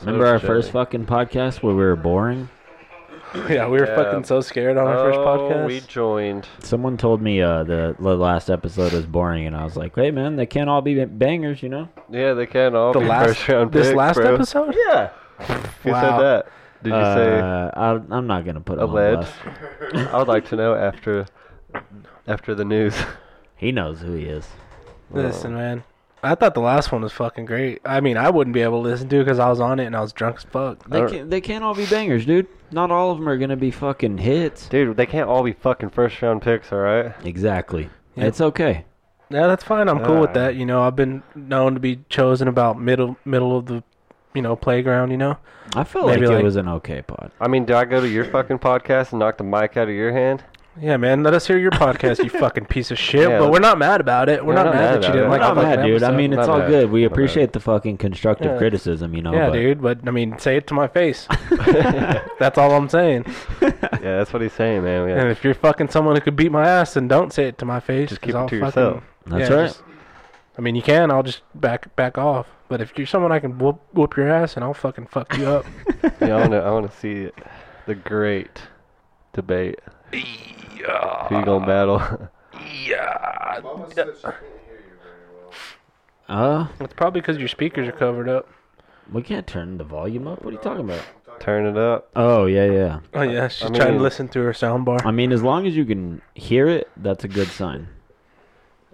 Remember our first fucking podcast where we were boring? yeah, we were Yeah. fucking so scared on our first podcast. Oh, We joined. Someone told me uh, the, the last episode was boring, and I was like, "Hey, man, they can't all be bangers, you know." Yeah, they can all the be last first round this picks, last bro. episode. Yeah. Who Wow. said that? Did you Uh, I, I'm not gonna put him on Alleged. blast. say? I would like to know after after the news. He knows who he is. Listen, man. I thought the last one was fucking great. I mean, I wouldn't be able to listen to it because I was on it and I was drunk as fuck. They don't- can't, they can't all be bangers, dude. Not all of them are gonna be fucking hits. Dude, they can't all be fucking first round picks, all right? Exactly. Yep. It's okay. Yeah, that's fine. I'm cool with Uh. that. You know, I've been known to be chosen about middle middle of the, you know, playground. You know, I felt Maybe like, like- it was an okay pod. I mean, do I go to your fucking podcast and knock the mic out of your hand? yeah, man. Let us hear your podcast, you fucking piece of shit. Yeah, but let's- we're not mad about it. We're Yeah, not, we're not mad mad that you about didn't it. We're like. not the mad, fucking dude. I episode. mean, it's Not all bad. good. We Not bad. appreciate the fucking constructive Yeah. criticism, you know. yeah, but dude. But I mean, say it to my face. that's all I'm saying. Yeah, that's what he's saying, man. Yeah. And if you're fucking someone who could beat my ass, then don't say it to my face. Just 'cause keep it I'll to fucking- yourself. That's yeah, right. just- I mean, you can. I'll just back back off. But if you're someone I can whoop whoop your ass, and I'll fucking fuck you up. Yeah, I want to. I want to see it. the great debate. Who you gonna battle? Uh, it's probably because your speakers are covered up. we can't turn the volume up. What are you talking about? Turn it up. Oh yeah, yeah. Oh yeah, she's I trying to mean- listen through her sound bar. I mean, as long as you can hear it, that's a good sign.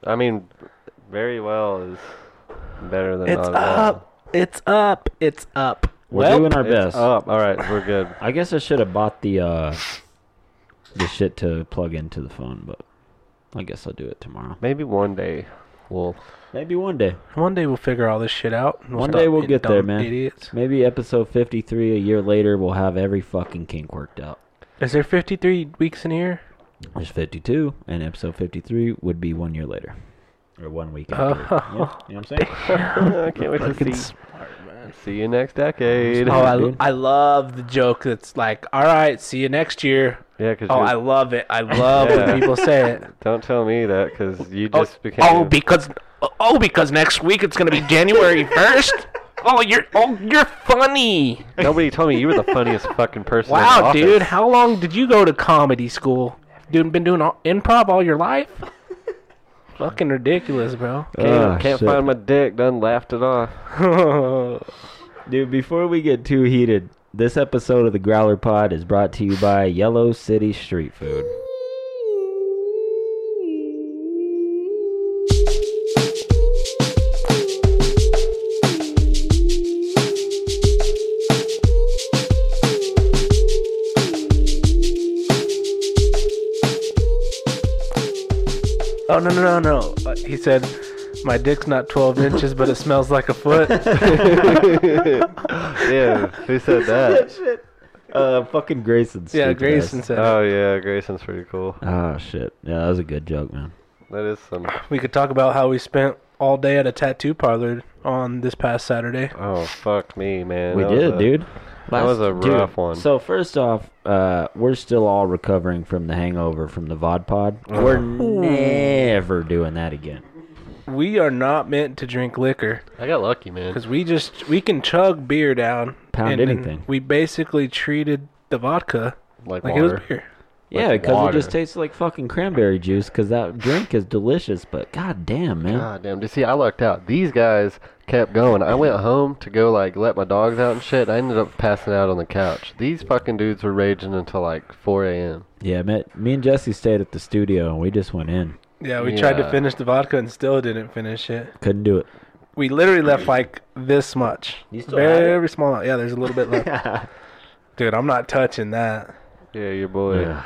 I mean, very well is better than It's not at all. up. It's up. It's up. We're doing our It's best. Up. All right, we're good. I guess I should have bought the uh, the shit to plug into the phone, but I guess I'll do it tomorrow. Maybe one day we'll. Maybe one day. One day we'll figure all this shit out. and One stop day we'll being get there, dumb man. Idiots. Maybe episode fifty-three. A year later, we'll have every fucking kink worked out. Is there 53 weeks in a year? There's fifty-two, and episode fifty-three would be one year later, or one week Oh. after. yeah, you know what I'm saying? I can't wait Fucking to see. smart, man. See you next decade. Oh, Yeah, dude. I, I love the joke that's like, all right, see you next year. 'cause Oh, you're- I love it. I love Yeah. when people say it. don't tell me that because you Oh, just became. oh, because oh, because next week it's gonna be January first. oh, you're oh, you're funny. Nobody told me you were the funniest fucking person. in Wow, office. dude, how long did you go to comedy school? Dude, been doing all, improv all your life. Fucking ridiculous, bro. Can't, Ah, can't shit. find my dick. Done laughed it off. Dude, before we get too heated, this episode of the Growler Pod is brought to you by Yellow City Street Food. oh no no no no. Uh, He said, my dick's not 12 inches, but it smells like a foot. yeah, who said that? Uh, fucking Grayson. yeah, stupid Grayson ass. said. Oh yeah, Grayson's pretty cool. Oh shit! Yeah, that was a good joke, man. That is some. we could talk about how we spent all day at a tattoo parlor on this past Saturday. Oh fuck me, man. we That was did, a- dude. that was a dude, rough one. So first off, uh, we're still all recovering from the hangover from the VOD pod. We're never doing that again. We are not meant to drink liquor. I got lucky, man. Because we just we can chug beer down. Pound and then anything. We basically treated the vodka Like, like it water. was beer. Yeah, Like because it water. just tastes like fucking cranberry juice. Because that drink is delicious, but goddamn, man. God damn. You see, I lucked out. These guys kept going. I went home to go like let my dogs out and shit. I ended up passing out on the couch. These fucking dudes were raging until like 4 a.m. Yeah, me, me and Jesse stayed at the studio and we just went in. Yeah, we tried to Yeah. finish the vodka and still didn't finish it. Couldn't do it. We literally left like this much. You still have it? Very small. amount. Yeah, there's a little bit left. Dude, I'm not touching that. Yeah, your boy. Yeah.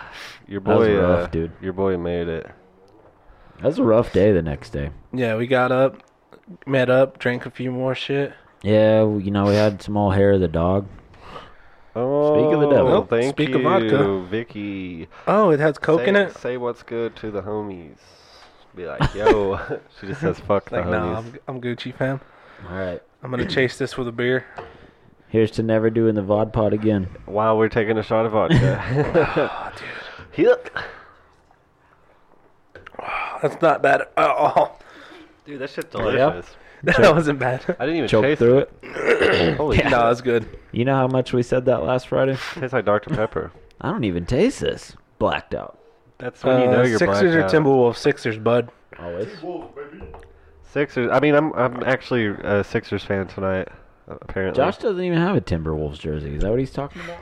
Your That was boy. rough, uh, dude. Your boy made it. That was a rough day the next day. Yeah, we got up, met up, drank a few more shit. Yeah, w- you know, we had some old hair of the dog. Oh, of the devil. Nope, thank speak you, of vodka. Vicky. Oh, it has coke say, in it. Say what's good to the homies. Be like, yo. she just says, fuck Like, the nah, homies. I'm, I'm Gucci fam. All right. I'm gonna chase this with a beer. Here's to never doing the VOD pod again. While we're taking a shot of vodka. Oh, Yuck. That's not bad at all. Dude, that shit's yeah? delicious. that wasn't bad. I didn't even Choke chase through it. it. Holy shit. No, it's good. You know how much we said that last Friday? Tastes like Dr. Pepper. I don't even taste this. Blacked out. That's when you know Uh, you're Sixers or blacked out. Timberwolves? Sixers, bud. Always. Sixers. I mean, I'm I'm actually a Sixers fan tonight. Apparently, Josh doesn't even have a Timberwolves jersey. Is that what he's talking about?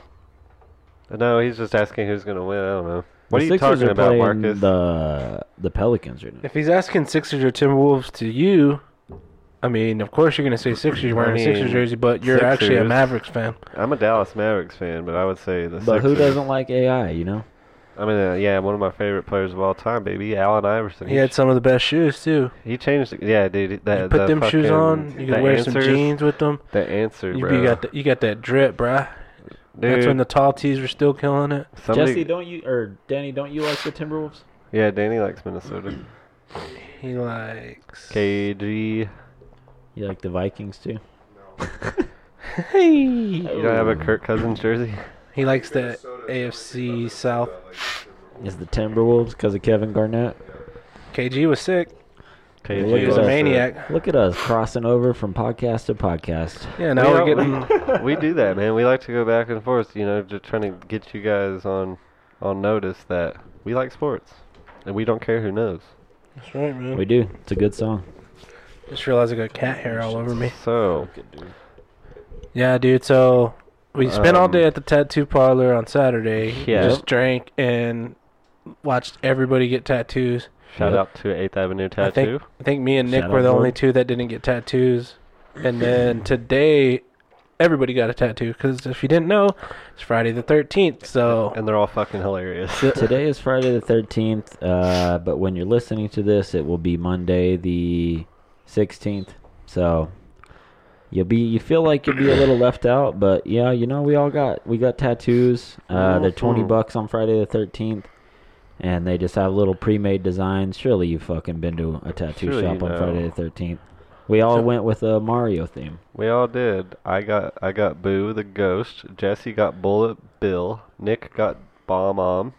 Uh, No, he's just asking who's gonna win. I don't know. What are The you Sixers talking are about, playing Marcus? The the Pelicans right now. If he's asking Sixers or Timberwolves to you, I mean, of course you're gonna say Sixers. You're wearing I a Sixers mean, jersey, but you're actually a Sixers. Mavericks fan. I'm a Dallas Mavericks fan, but I would say the But Sixers. who doesn't like AI? You know. I mean, uh, yeah, one of my favorite players of all time, baby, Allen Iverson. He had some of the best shoes too. he changed. it- Yeah, dude. That, you put the them shoes fucking- on. You the can wear some answers- jeans with them. The answer, You, bro. you got the, you got that drip, bruh. Dude, That's when the tall tees were still killing it. somebody- Jesse, don't you or Danny, don't you like the Timberwolves? Yeah, Danny likes Minnesota. He likes. KG. You like the Vikings too? Hey. You don't have a Kirk Cousins jersey? He likes the AFC South. Is the Timberwolves because of Kevin Garnett? KG was sick. Look KG at He was us. a uh, maniac. Look at us crossing over from podcast to podcast. Yeah, now we're We getting. don't- we do that, man. We like to go back and forth, you know, just trying to get you guys on on notice that we like sports and we don't care who knows. That's right, man. We do. It's a good song. Just realized I got cat hair all over me. So Yeah, dude. So we spent all day at the tattoo parlor on Saturday. We Um, Yeah. Just drank and watched everybody get tattoos. shout Yep. out to Eighth Avenue I Tattoo. think I think me and Nick Shout were out, the bro. only two that didn't get tattoos. And then today, everybody got a tattoo because if you didn't know, it's Friday the thirteenth. So And they're all fucking hilarious. Today is Friday the 13th, uh, but when you're listening to this, it will be Monday the 16th. So you'll be you feel like you'll be a little left out, but yeah, you know we all got we got tattoos. Mm-hmm. Uh, they're 20 Mhm. bucks on Friday the 13th. And they just have little pre-made designs. Surely you fucking been to a tattoo Surely shop you on know. Friday the 13th. We all went with a Mario theme. we all did. I got I got Boo the Ghost. Jesse got Bullet Bill. Nick got Bomb Om.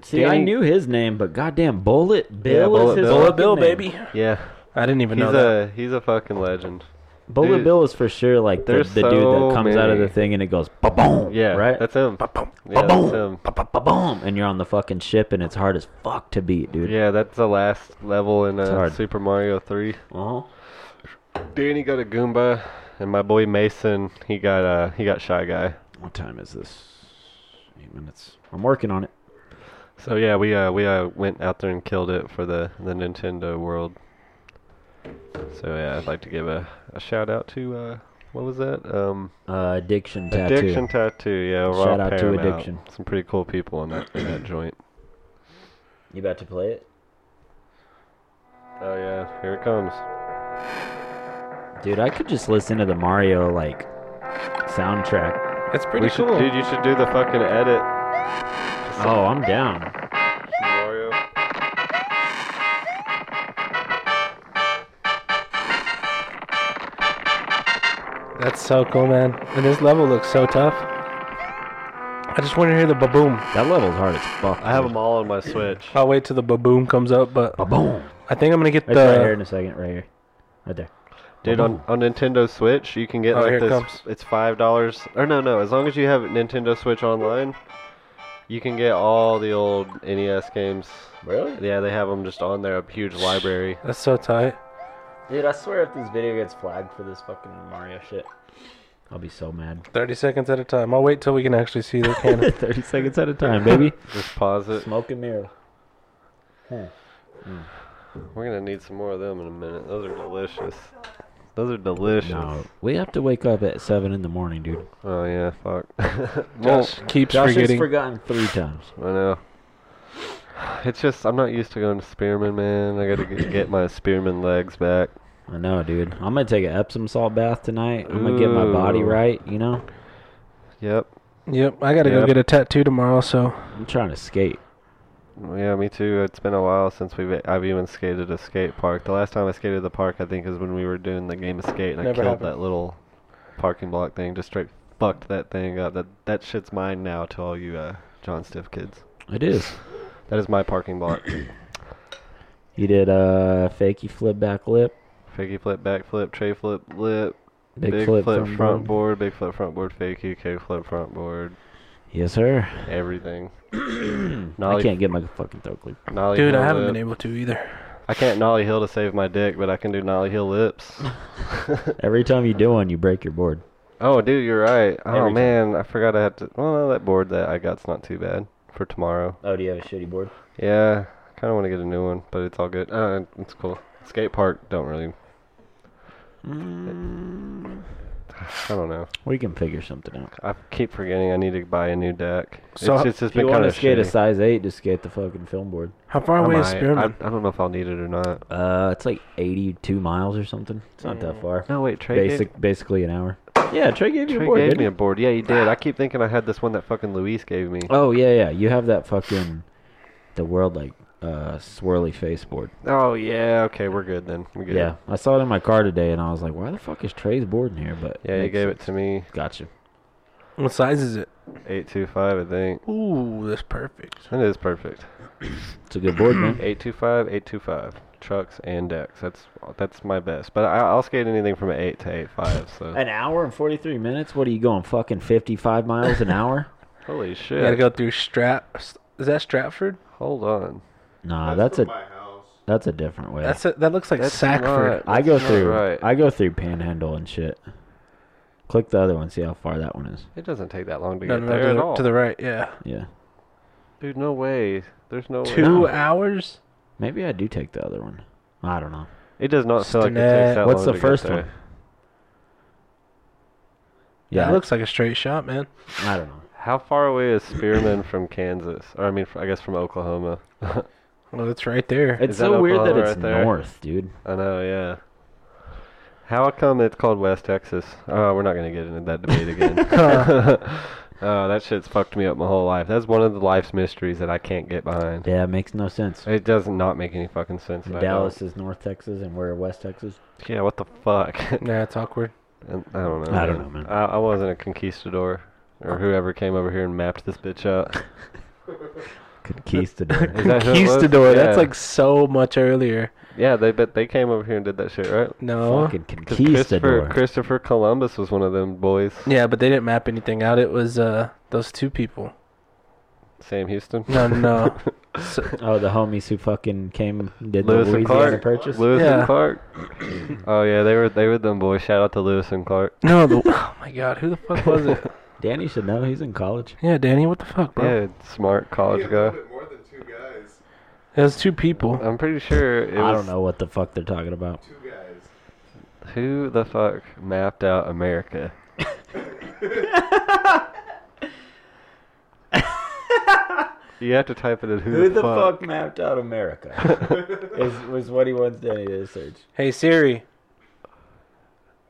See, I Danny- knew his name, but goddamn, Bullet Bill Bullet is his Bill. Bullet fucking Bill, name. baby. Yeah. I didn't even He's know that. a he's a fucking legend. Bullet Dude, Bill is for sure like the, there's the dude that so comes out of the many. thing and it goes ba boom. Yeah. Right? That's him. Yeah, that's Ba-boom. him. Ba boom. And you're on the fucking ship and it's hard as fuck to beat, dude. Yeah, that's the last level in uh, hard. Super Mario 3. Uh-huh. Danny got a Goomba, and my boy Mason, he got uh he got shy guy. What time is this? Eight minutes. I'm working on it. So yeah, we uh we uh went out there and killed it for the the Nintendo world. So yeah, I'd like to give a, a shout out to uh what was that um Uh, addiction tattoo. Addiction Tattoo. Yeah, we're all Shout out to Paramount. Addiction. Some pretty cool people in that in that joint. You about to play it? Oh yeah, here it comes. Dude, I could just listen to the Mario like soundtrack. That's We pretty should- cool. dude, you should do the fucking edit. Oh, I'm down. Mario. That's so cool, man. And this level looks so tough. I just want to hear the baboom. That level's hard as fuck. I have them all on my Switch. I'll wait till the baboom comes up, but Ba boom. I think I'm gonna get It's right here the. in a second. Right here. Right there. Dude, on, on Nintendo Switch, you can get Uh-huh. Oh, here like it this. comes. It's five dollars, or no, no. As long as you have Nintendo Switch online, you can get all the old NES games. Really? Yeah, they have them just on there. A huge library. That's so tight. Dude, I swear if this video gets flagged for this fucking Mario shit, I'll be so mad. Thirty seconds at a time. I'll wait till we can actually see the cannon. 30 seconds at a time, baby. Just pause it. Smoke and mirror. Huh. We're gonna need some more of them in a minute. Those are delicious. Those are delicious. No, we have to wake up at 7 in the morning, dude. Oh yeah, fuck. well, Josh keeps Josh forgetting. has forgotten three times. I know. It's just I'm not used to going to Spearman, man. I gotta get, get my Spearman legs back. I know, dude. I'm going to take an Epsom salt bath tonight. I'm going to get my body Ooh. right, you know? Yep. Yep, I gotta go Yep. get a tattoo tomorrow. So I'm trying to skate. Yeah, me too. It's been a while since we've I've even skated a skate park. The last time I skated the park, I think, is when we were doing the game of skate, and I Never killed happened. that little parking block thing. Just straight fucked that thing up. That that shit's mine now to all you uh, John Stiff kids. It is. That is my parking block. You did a uh, fakey flip back lip. fakie flip, back flip, tray flip, lip, Big, flip, front, front board. board. big flip front board, fakie, K flip front board, Yes, sir. everything. I Nollie- can't get my fucking throat clean. Nollie Dude, heel I haven't lip. been able to either. I can't nollie hill to save my dick, but I can do nollie hill lips. Every time you do one, you break your board. oh, dude, you're right. Oh Every time. man, I forgot I had to. Well, no, that board that I got's not too bad for tomorrow. Oh, do you have a shitty board? Yeah, I kind of want to get a new one, but it's all good. Uh, it's cool. Skate park, don't really. I don't know. We can figure something out. I keep forgetting I need to buy a new deck. So, it's just, it's If you been want kind to of skate a shitty. size eight, just skate the fucking film board. How far I, away is might. I, Spearman? I don't know if I'll need it or not. Uh, it's like eighty-two miles or something. It's not that far. No, wait, Trey. Basic, basically an hour. Yeah, Trey gave Gave, you a Trey board. gave Didn't me he? a board. Yeah, he did. I keep thinking I had this one that fucking Luis gave me. Oh yeah, yeah. You have that fucking the world like uh swirly face board. Oh yeah. Okay, we're good then. We're good. Yeah, I saw it in my car today, and I was like, "Why the fuck is Trey's board in here?" But Yeah, you makes gave it sense. to me. Gotcha. what size is it? Eight two five, I think. Ooh, that's perfect. That is perfect. It's a good board, man. Eight two five, eight two five. Trucks and decks. That's that's my best. But I, I'll skate anything from eight to eight five. So An hour and forty-three minutes. What are you going? Fucking fifty-five miles an hour? holy You gotta shit. go through Strap. Is that Stratford? Hold on. Nah, that's, from a my house. that's a different way. That's it. That looks like That's not- Sackford. I go that's not through. Right. I go through Panhandle and shit. Click the other one. See how far that one is. It doesn't take that long to No, get no, there no, to at the, all. to the right. Yeah, Yeah, Dude, no way. There's no way. two hours. maybe I do take the other one. I don't know. It does not feel like it Stinnett. takes that What's long the to get first there. one? Yeah, Yeah, it looks like a straight shot, man. I don't know. How far away is Spearman from Kansas? Or I mean, fr- I guess from Oklahoma. I Well, it's right there. It's Is that so weird that Oklahoma it's right there? north, dude. know, yeah. How come it's called West Texas? Oh, we're not gonna get into that debate again. oh, that shit's fucked me up my whole life. That's one of the life's mysteries that I can't get behind. Yeah, it makes no sense. It does not make any fucking sense. that I don't- Dallas is North Texas, and we're West Texas. Yeah, what the fuck? Nah, it's awkward. And- I don't know. I don't know, man. I, I wasn't a conquistador or whoever came over here and mapped this bitch out. Conquistador. Is that who it was? Conquistador. That's Yeah. like so much earlier. Yeah, they bet they came over here and did that shit, right? No. Fucking 'Cause Christopher, conquistador. Christopher Columbus was one of them boys. Yeah, but they didn't map anything out. It was uh those two people. Sam Houston. No, no. no. So- Oh, the homies who fucking came did Lewis the and Louisiana Clark. purchase. Lewis Yeah. and Clark. Oh yeah, they were they were them boys. Shout out to Lewis and Clark. no, the, oh my god, who the fuck was it? Danny should know he's in college. Yeah, Danny, what the fuck, bro? Yeah, smart Yeah, college a guy. little bit more than two guys. It was two people. I'm pretty sure it was I don't know what the fuck they're talking about. Two guys. who the fuck mapped out America. you have to type it in who, mapped out America? is was what he wants Danny to search. Hey Siri,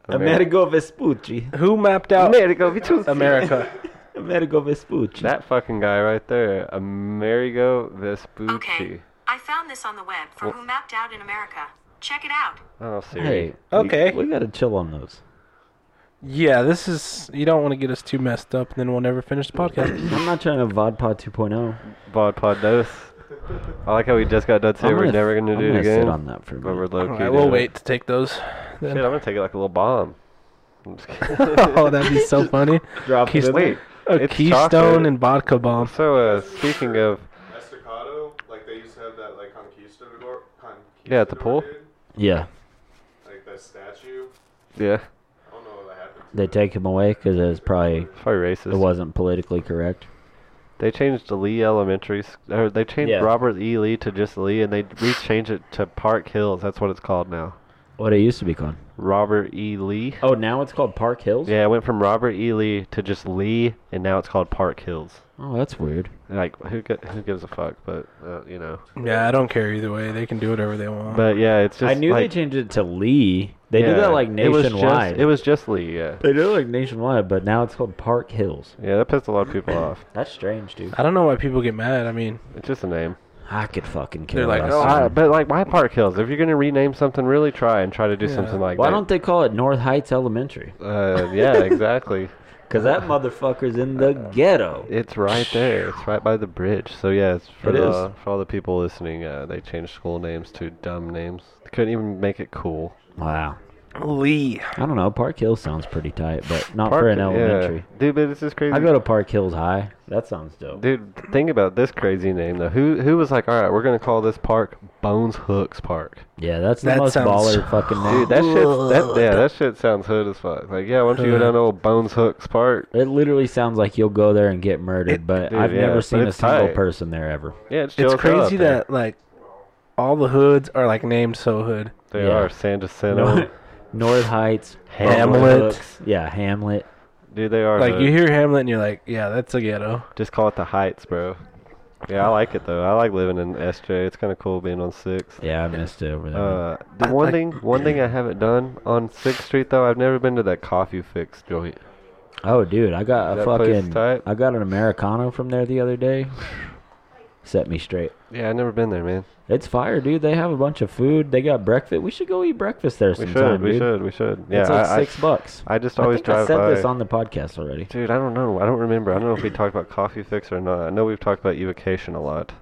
America. Vespucci. who mapped out America, we choose- America? Amerigo Vespucci. That fucking guy right there, Amerigo Vespucci. Okay. I found this on the web for Who Mapped Out in America. Check it out. Oh, Siri. hey, Okay. we, we gotta chill on those. Yeah, this is. You don't want to get us too messed up, and then we'll never finish the podcast. I'm not trying to vodpod 2.0. Bod Pod Dose. I like how we just got done I'm saying we're gonna- never gonna I'm do it gonna again. Sit on that for a But we're minute. low All key. right, we'll wait to take those. Shit, I'm gonna take it like a little bomb. I'm just kidding. oh, that'd be so funny. Drop Keys- Wait. A It's Keystone chocolate. and vodka bomb. So uh, speaking of, Estacado, like they used to have that like conquistador. conquistador Yeah, at the pool? dude, Yeah, like that statue. yeah, I don't know what happened. to they it. take him away because it was probably it's probably it racist. wasn't politically correct. They changed the Lee Elementary. s- Or they changed Yeah. Robert E. Lee to just Lee, and they rechanged it to Park Hills. That's what it's called now. What it used to be called. Robert E. Lee. Oh, now it's called Park Hills. Yeah, it went from Robert E. Lee to just Lee, and now it's called Park Hills. Oh, that's weird. Like who gi- who gives a fuck? But uh, you know. Yeah, I don't care either way. They can do whatever they want. But yeah, it's just. I knew like, they changed it to Lee. They did yeah, that like nationwide. It was just, it was just Lee. Yeah, they did it like nationwide, but now it's called Park Hills. yeah, that pissed a lot of people off. That's strange, dude. I don't know why people get mad. I mean, It's just a name. I could fucking kill. They're like, that "Oh, song. Uh, but like, why Park Hills? If you're gonna rename something, really try and try to do Yeah. something like why that. don't they call it North Heights Elementary? Uh, yeah, exactly. Because that motherfucker's in the Uh, ghetto. It's right there. It's right by the bridge. So yeah, it's for It the, is. for all the people listening. Uh, they changed school names to dumb names. They couldn't even make it cool. Wow. Lee. I don't know. Park Hill sounds pretty tight, but not for Park- an elementary. Yeah. Dude, but this is crazy. I go to Park Hills High. That sounds dope. Dude, think about this crazy name though. Who who was like, all right, we're gonna call this park Bones Hooks Park. yeah, that's the That most sounds- baller fucking name. Dude, that shit, that yeah, that shit sounds hood as fuck. Like, yeah, why don't you go down to old Bones Hooks Park? It literally sounds like you'll go there and get murdered, but dude, I've yeah, never but seen a it's single tight. person there ever. Yeah, it's, It's Joe Cobb crazy there. that like all the hoods are like named so hood. they Yeah. are San Jacinto. Nor- North Heights, Hamlet. Bumblefoot Hooks. Yeah, Hamlet. Dude, they are. Like hood. you hear Hamlet and you're like, yeah, that's a ghetto. just call it the Heights, bro. Yeah, I like it though. I like living in SJ. It's kind of cool being on Sixth. Yeah, I missed it over there. Uh, the one thing, one thing I haven't done on Sixth Street though, I've never been to that Coffee Fix joint. oh, dude, I got a that place fucking. tight? I got an Americano from there the other day. Set me straight. Yeah, I've never been there, man. It's fire, dude. They have a bunch of food. They got breakfast. We should go eat breakfast there We sometime, should, we dude. should, we should. Yeah, it's like I, six bucks. I, I just I always think I drive said by. this on the podcast already. Dude, I don't know. I don't remember. I don't know if we talked about Coffee Fix or not. I know we've talked about Evocation a lot.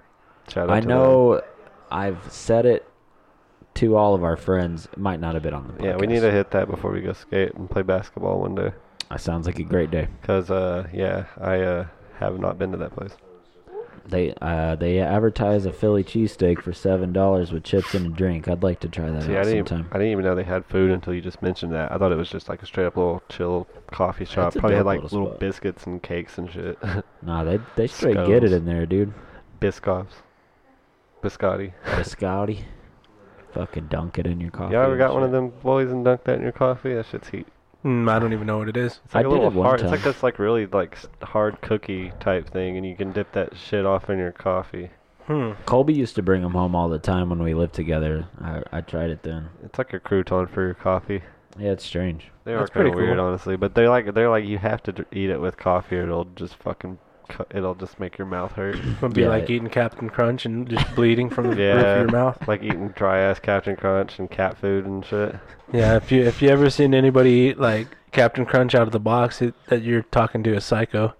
Shout out I to know I've said it to all of our friends. It might not have been on the podcast. Them. Yeah, we need to hit that before we go skate and play basketball one day. That sounds like a great day. Cause uh, yeah, I uh, have not been to that place. They uh, they advertise a Philly cheesesteak for seven dollars with chips and a drink. I'd like to try that See, I out didn't. sometime. I didn't even know they had food until you just mentioned that. I thought it was just like a straight up little chill coffee shop. That's a Probably had dope like little little, spot. biscuits and cakes and shit. nah, they they straight get it Scones. in there, dude. Biscoffs, biscotti. Biscotti. Fucking dunk it in your coffee. you ever and got one shit. of them boys and dunked that in your coffee? That shit's heat. Mm, I don't even know what it is. It's like I a did little it one hard. It's time. like this like really like s- hard cookie type thing, and you can dip that shit off in your coffee. Hmm. Colby used to bring them home all the time when we lived together. I, I tried it then. It's like a crouton for your coffee. Yeah, it's strange. They are That's kind pretty of weird, cool. honestly, but they're like they're like you have to d- eat it with coffee, or it'll just fucking cu- it'll just make your mouth hurt. Would be Yeah, like it- eating Captain Crunch and just bleeding from the roof yeah, of your mouth. like eating dry ass Captain Crunch and cat food and shit. Yeah, if you if you ever seen anybody eat like Captain Crunch out of the box, it, that you're talking to a psycho,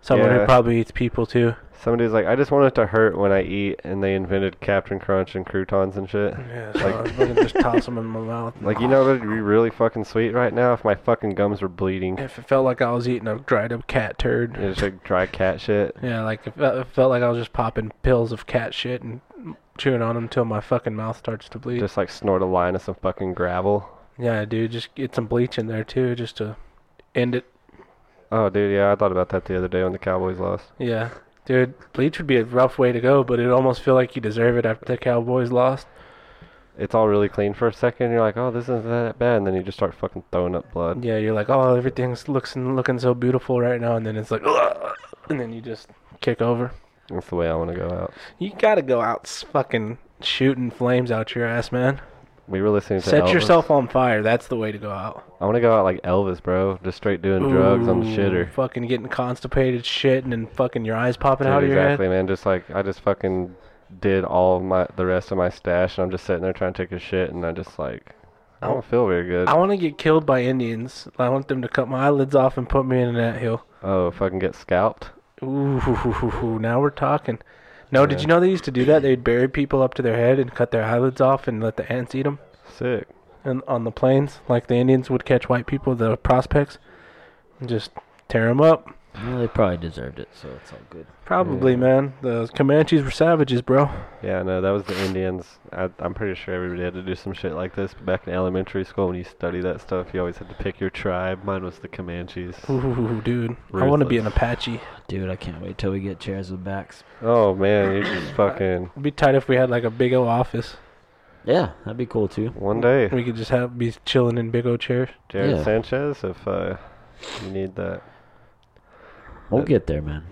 someone Yeah. who probably eats people too. Somebody's like, I just want it to hurt when I eat, and they invented Captain Crunch and croutons and shit. Yeah, so so Like- I I just toss them in my mouth. Like you know, it'd be really fucking sweet right now if my fucking gums were bleeding. if it felt like I was eating a dried up cat turd. It's like dry cat shit. Yeah, like if it felt like I was just popping pills of cat shit and chewing on them until my fucking mouth starts to bleed. Just like snort a line of some fucking gravel. yeah, dude, just get some bleach in there too, just to end it. Oh, dude, yeah, I thought about that the other day when the Cowboys lost. Yeah, dude, bleach would be a rough way to go, but it almost feel like you deserve it after the Cowboys lost. It's all really clean for a second. You're like, oh, this isn't that bad, and then you just start fucking throwing up blood. Yeah, you're like, oh, everything's looks looking so beautiful right now, and then it's like, "Ugh," and then you just kick over. That's the way I want to go out. You gotta go out s- fucking shooting flames out your ass, man. We were listening to Set Elvis. yourself on fire. That's the way to go out. I want to go out like Elvis, bro. Just straight doing drugs on the Ooh, shitter. Fucking getting constipated, shit, and then fucking your eyes popping Dude, out of your exactly, head. man. Just like I just fucking did all my the rest of my stash, and I'm just sitting there trying to take a shit, and I just like I don't feel very good. I want to get killed by Indians. I want them to cut my eyelids off and put me in an ant hill. Oh, fucking get scalped. Ooh, hoo, hoo, hoo, hoo, now we're talking. No, did you know they used to do that? They'd bury people up to their head and cut their eyelids off and let the ants eat them. Sick. And on the plains, like the Indians would catch white people, the prospects, and just tear them up. Well, they probably deserved it, so it's all good. Probably, man. The Comanches were savages, bro. Yeah, no, that was the Indians. I, I'm pretty sure everybody had to do some shit like this. But back in elementary school, when you study that stuff, you always had to pick your tribe. Mine was the Comanches. Ooh, dude. I want to be an Ruthless. Apache. Dude, I can't wait till we get chairs with backs. Oh man, you just fucking It'd be tight if we had like a big O office. Yeah, that'd be cool too. one day, We could just have be chilling in big O chairs. Jared Yeah. Sanchez. If uh, you need that. We'll get there, man.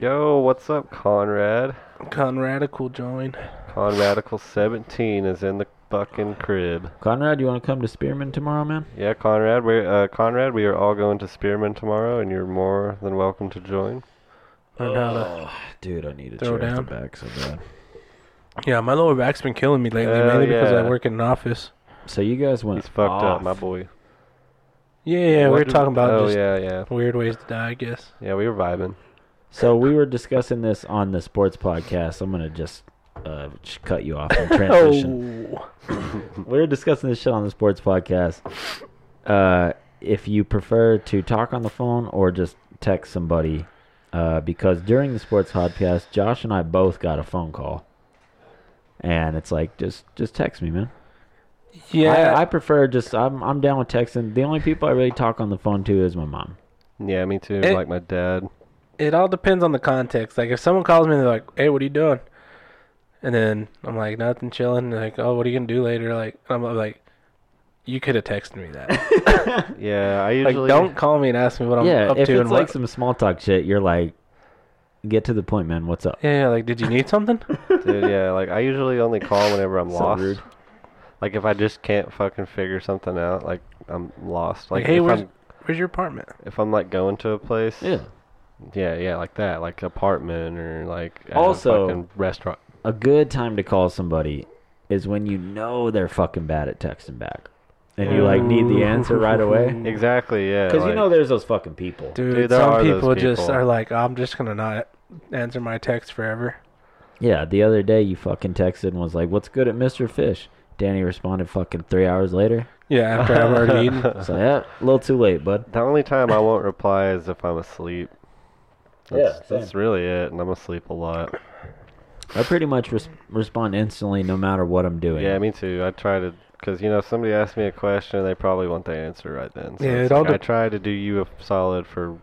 Yo, what's up, Conrad? Conradical join. Conradical 17 is in the fucking crib. Conrad, you want to come to Spearman tomorrow, man? Yeah, Conrad, we uh, Conrad, we are all going to Spearman tomorrow, and you're more than welcome to join. Learn how to- Oh, dude, I need a chair Throw down. down. with the back so bad. Yeah, my lower back's been killing me lately, Hell mainly because I yeah. work in an office. So you guys went. He's fucked off. up, my boy. Yeah, yeah, we What were do- talking about Oh just yeah, yeah, weird ways to die, I guess. yeah. We were vibing. So we were discussing this on the sports podcast. I'm gonna just uh, just cut you off in transition. Oh. We We're discussing this shit on the sports podcast. Uh, if you prefer to talk on the phone or just text somebody, uh, because during the sports podcast, Josh and I both got a phone call, and it's like just just text me, man. Yeah. I, I prefer just I'm I'm down with texting. The only people I really talk on the phone to is my mom. Yeah, me too. It- like my dad. it all depends on the context. Like if someone calls me and they're like, "Hey, what are you doing?" and then I'm like, "Nothing, chilling." And they're like, "Oh, what are you gonna do later?" Like I'm like, "You could have texted me that. Yeah, I like, usually don't call me and ask me what I'm yeah, up if to and it's like what." some small talk shit, you're like, get to the point, man. What's up? Yeah, yeah, like did you need something? Dude, yeah, like I usually only call whenever I'm So lost. rude. Like if I just can't fucking figure something out, like I'm lost. Like Like, hey, if where's I'm where's your apartment? if I'm like going to a place. Yeah. Yeah, yeah, like that, like apartment or like at a Also- fucking restaurant. A good time to call somebody is when you know they're fucking bad at texting back, and you like need the answer right away. Exactly, yeah. Because you like- know there's those fucking people. Dude, Dude, there some are those people just people. are like, "I'm just gonna not answer my text forever." Yeah, the other day you fucking texted and was like, "What's good at Mr. Fish?" Danny responded fucking three hours later. Yeah, after I've already eaten. It's like, yeah, a little too late, bud. the only time I won't reply is if I'm asleep. Yeah, That's, same. that's really it, and I'm asleep a lot. I pretty much res- respond instantly no matter what I'm doing. Yeah, me too. I try to, because you know, if somebody asks me a question, they probably want the answer right then. So Yeah, it's it all like, I dep- try to do you a solid for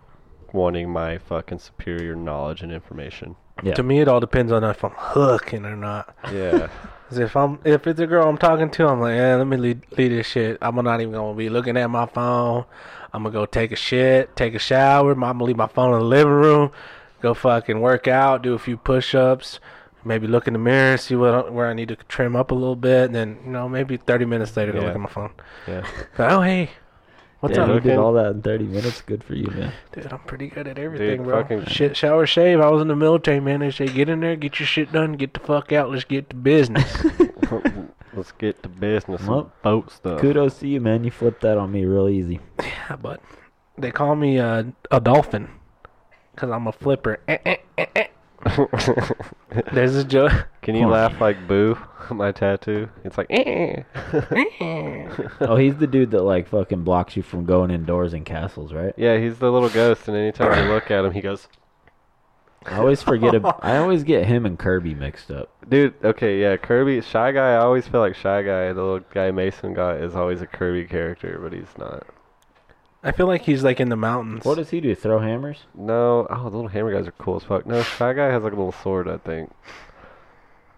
wanting my fucking superior knowledge and information. Yeah. To me, it all depends on if I'm hooking or not. Yeah, 'Cause if I'm if it's a girl I'm talking to, I'm like, eh, let me lead, lead this shit. I'm not even gonna be looking at my phone. I'm gonna go take a shit, take a shower. I'm gonna leave my phone in the living room. Go fucking work out, do a few push-ups, maybe look in the mirror, see what I, where I need to trim up a little bit, and then you know maybe 30 minutes later go Yeah. look at my phone. yeah. But, oh hey, what's Damn, Yeah, you up, did okay. all that in 30 minutes. Good for you, man. dude? I'm pretty good at everything, Dude, bro. fucking- Shit, shower, shave. I was in the military, man. They say get in there, get your shit done, get the fuck out. Let's get to business. Let's get to business and Well, boat stuff. Kudos to you, man. You flipped that on me real easy. Yeah, but they call me uh, a dolphin because I'm a flipper. Eh, eh, eh, eh. There's a joke. Can you laugh like Boo? My tattoo. It's like. Eh. oh, he's the dude that like fucking blocks you from going indoors in castles, right? Yeah, he's the little ghost, and anytime you look at him, he goes, I always forget. Ab- I always get him and Kirby mixed up. "Dude, okay, yeah, Kirby, shy guy. I always feel like shy guy. The little guy Mason got is always a Kirby character, but he's not. I feel like he's like in the mountains. What does he do? Throw hammers? No, oh, the little hammer guys are cool as fuck. No, shy guy has like a little sword, I think.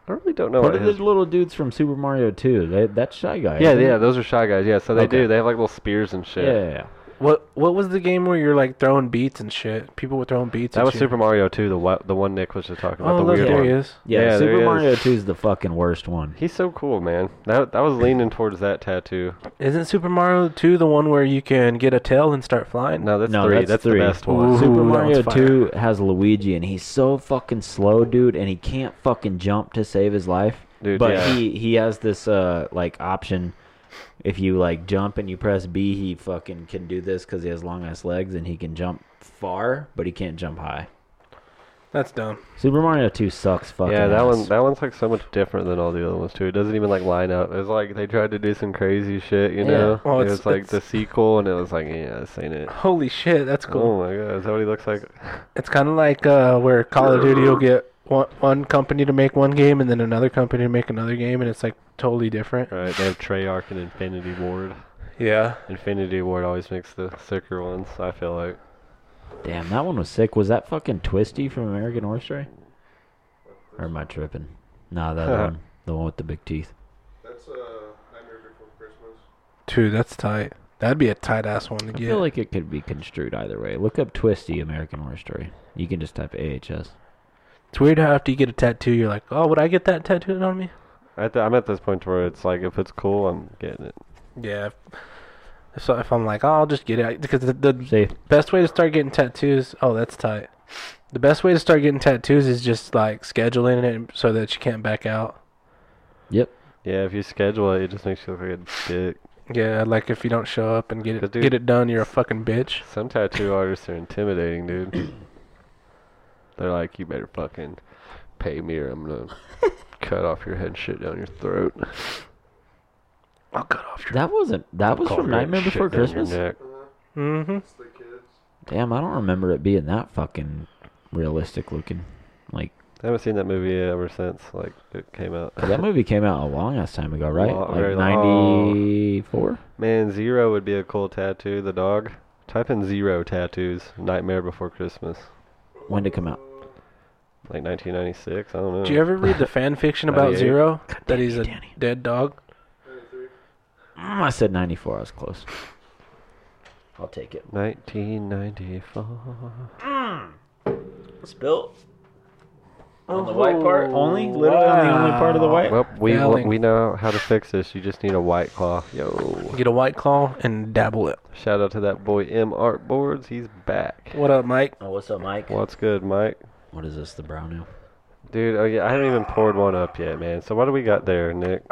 I really don't know What what, are his. those little dudes from Super Mario 2? They, that's Shy Guy. yeah, isn't yeah, it? those are shy guys. Yeah, so they Okay. do. They have like little spears and shit. Yeah, yeah, yeah. What What was the game where you're like throwing beats and shit? People were throwing beats. That at was you. Super Mario 2, the wa- the one Nick was just talking about, Oh, the look, weird there one. he is. Yeah, Yeah, there Super is. Mario 2 is the fucking worst one. He's so cool, man. That that was leaning towards that tattoo. Isn't Super Mario 2 the one where you can get a tail and start flying? No, that's No, three. that's That's, three. the best one. Ooh. Super that Mario one's fire. 2 has Luigi, and he's so fucking slow, dude, and he can't fucking jump to save his life. Dude, but yeah. he he has this uh like option. If you like jump and you press B, he fucking can do this because he has long ass legs and he can jump far, but he can't jump high. That's dumb. Super Mario 2 sucks fucking. Yeah, that ass. one that one's like so much different than all the other ones too. It doesn't even like line up. It's like they tried to do some crazy shit, you Yeah. know. Well, it Oh, it's- was like the it's- sequel, and it was like, yeah, this ain't it. Holy shit, that's cool. Oh my god, is that what he looks like? It's kind of like uh, where Call of Duty will get one, one company to make one game and then another company to make another game, and it's like totally different. Right, they have Treyarch and Infinity Ward. Yeah. Infinity Ward always makes the sicker ones. I feel like. Damn, that one was sick. Was that fucking Twisty from American Horror Story? Or am I tripping? Nah, that other one. The one with the big teeth. That's uh, Nightmare Before Christmas. Dude, that's tight. That'd be a tight ass one to I get. feel like it could be construed either way. Look up Twisty American Horror Story. You can just type AHS. it's weird how after you get a tattoo, you're like, oh, would I get that tattooed on me? I th- I'm at this point where it's like, if it's cool, I'm getting it. Yeah. if- So if I'm like, oh, I'll just get it, because the, the See? best way to start getting tattoos, oh, that's tight. The best way to start getting tattoos is just like scheduling it so that you can't back out. Yep. Yeah, if you schedule it, it just makes you look like a dick. Yeah, like if you don't show up and get it But dude- get it done, you're a fucking bitch. Some tattoo artists are intimidating, dude. They're like, you better fucking pay me or I'm gonna cut off your head shit down your throat. I'll cut off your. That wasn't. That was Call from your Nightmare shit Before down your Christmas. neck. Mm-hmm. It's the kids. Damn, I don't remember it being that fucking realistic looking. Like I haven't seen that movie ever since like it came out. 'cause that movie came out a long ass time ago, right? Long- like very long. ninety four. Man, zero would be a cool tattoo. The dog. Type in zero tattoos. Nightmare Before Christmas. When did it come out? Like 1996. I don't know. Did you ever read the fan fiction about 98. Zero? That damn he's you, a Danny. dead dog? Mm, I said ninety four. I was close. I'll take it. 1994. Spill. On the white part only, literally on the only part of the white. Well, we Failing. we know how to fix this. You just need a white claw. Yo. Get a white claw and dabble it. Shout out to that boy M Art Boards. He's back. What up, Mike? Oh, what's up, Mike? What's good, Mike? What is this? The brown ale? Dude, oh yeah, I haven't even poured one up yet, man. So what do we got there, Nick?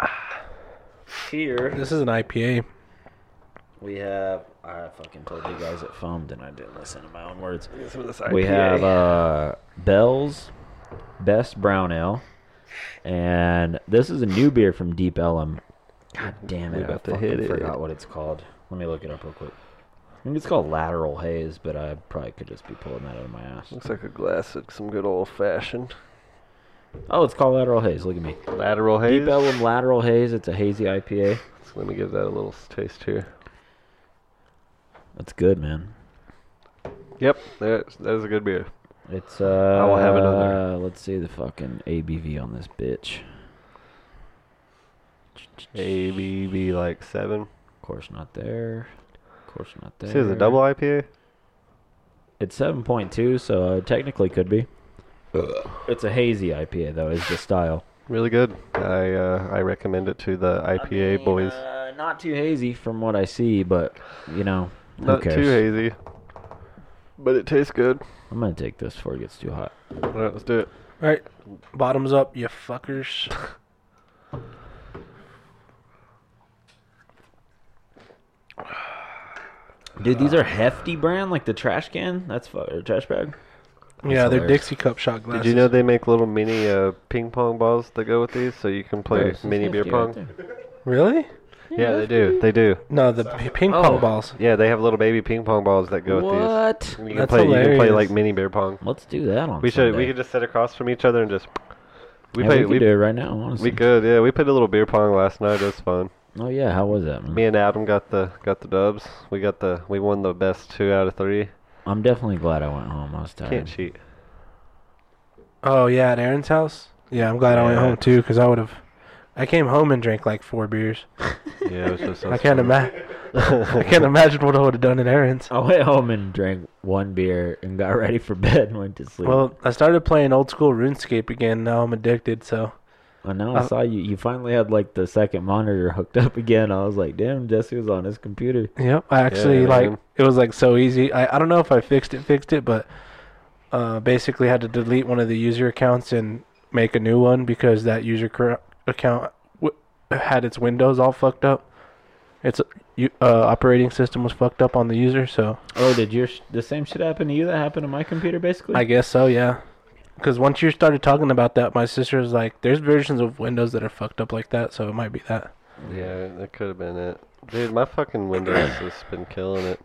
Here This is an IPA. we have. I fucking told you guys it foamed, and I didn't listen to my own words. We We have uh, Bell's Best Brown Ale, and this is a new beer from Deep Ellum. God damn We it! I about to fucking hit it. forgot what it's called. Let me look it up real quick. I think it's called Lateral Haze, but I probably could just be pulling that out of my ass. Looks like a glass of some good old fashioned Oh, it's called Lateral Haze. Look at me. lateral haze. Deep Ellum Lateral Haze. It's a hazy IPA. So let me give that a little s- taste here. That's good, man. Yep, that's that is a good beer. It's uh. will have another. Let's see the fucking ABV on this bitch. ABV like seven. Of course not there. Of course not there. This is a double IPA. It's seven point two, so it technically could be. It's a hazy IPA though, is the style. Really good. I uh, I recommend it to the IPA boys. uh, not too hazy from what I see, but you know, who Not cares? too hazy, but it tastes good. I'm gonna take this before it gets too hot. All right, let's do it. All right, bottoms up, you fuckers. Dude, these are hefty brand, like the trash can. That's fu- or trash bag. yeah, they're hilarious. Dixie cup shot glasses. Did you know they make little mini uh, ping pong balls that go with these, so you can Bro, play this is mini beer hefty right pong? there. Really? yeah, they do. They do. No, the p- ping pong Oh. balls. Yeah, they have little baby ping pong balls that go with these. What? You can That's play. You can play hilarious. like mini beer pong. Let's do that on. We should. We Sunday. could just sit across from each other and just. We Yeah, played. could We, do it right now. Honestly. we could. Yeah, we played a little beer pong last night. It was fun. Oh yeah, how was that? Man? Me and Adam got the got the dubs. We got the. We won the best two out of three. I'm definitely glad I went home. I was tired. Can't cheat. Oh yeah, at Aaron's house. Yeah, I'm glad I went Yeah. home too, cause I would have. I came home and drank like four beers. Yeah, it was just. I can't imagine. I can't imagine what I would have done at Aaron's. I went home and drank one beer and got ready for bed and went to sleep. Well, I started playing old school RuneScape again. Now I'm addicted. So I know. I Uh, saw you. You finally had like the second monitor hooked up again. I was like, damn, Jesse was on his computer. yep, I actually Yeah, like man. it was like so easy. I I don't know if I fixed it, fixed it, but uh, basically had to delete one of the user accounts and make a new one because that user cor- account w- had its Windows all fucked up. Its u- uh, operating system was fucked up on the user. So Oh, did your sh- the same shit happen to you that happened to my computer? Basically, I guess so, yeah. Because once you started talking about that, my sister was like, "There's versions of Windows that are fucked up like that, so it might be that." Yeah, that could have been it, dude. My fucking Windows has been killing it.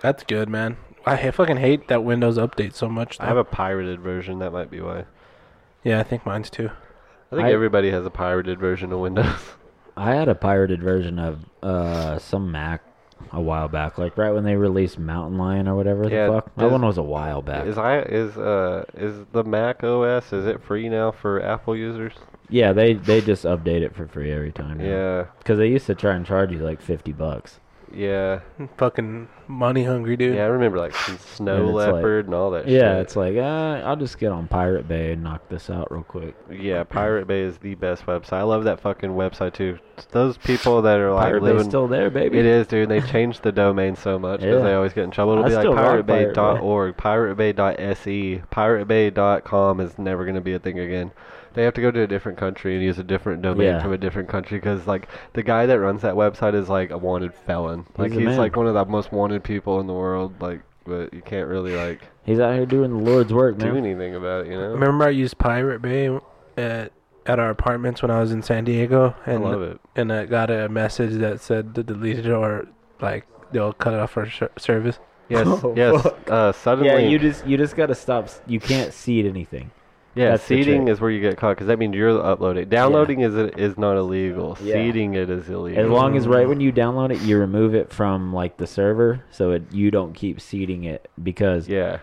That's good, man. I ha- fucking hate that Windows update so much. Though. I have a pirated version. That might be why. yeah, I think mine's too. I think I- everybody has a pirated version of Windows. I had a pirated version of uh some Mac a while back, like right when they released Mountain Lion or whatever Yeah, the fuck. That is- one was a while back. Is I is uh is the Mac OS is it free now for Apple users? yeah, they they just update it for free every time. Yeah, because they used to try and charge you like fifty bucks. yeah, Fucking money hungry dude. yeah. I remember like some Snow And it's like- Leopard and all that. Yeah, shit. it's like uh, I'll just get on Pirate Bay and knock this out real quick. yeah. Pirate Bay is the best website. I love that fucking website too. Those people that are like Pirate Bay's living. still there, baby. it is, dude. They changed the domain so much because Yeah. they always get in trouble. It'll I be like still rock piratebay.org, piratebay.se, piratebay.com is never going to be a thing again. They have to go to a different country and use a different domain Yeah. from a different country because, like, the guy that runs that website is like a wanted felon. Like, a he's man. like one of the most wanted people in the world. Like, but you can't really like He's out here doing the Lord's work, do man. anything about it, you know? Remember I used Pirate Bay at at our apartments when I was in San Diego, and love it. and I got a message that said to delete it or like they'll cut it off our sh- service. Yes, Oh, yes. Uh, suddenly, Yeah, you just you just gotta stop. s- You can't seed anything. yeah. that's the Seeding trick. is where you get caught because that means you're uploading. Downloading is is not illegal. Yeah. Seeding it is illegal. As long as Mm. right when you download it, you remove it from like the server, so it you don't keep seeding it because yeah,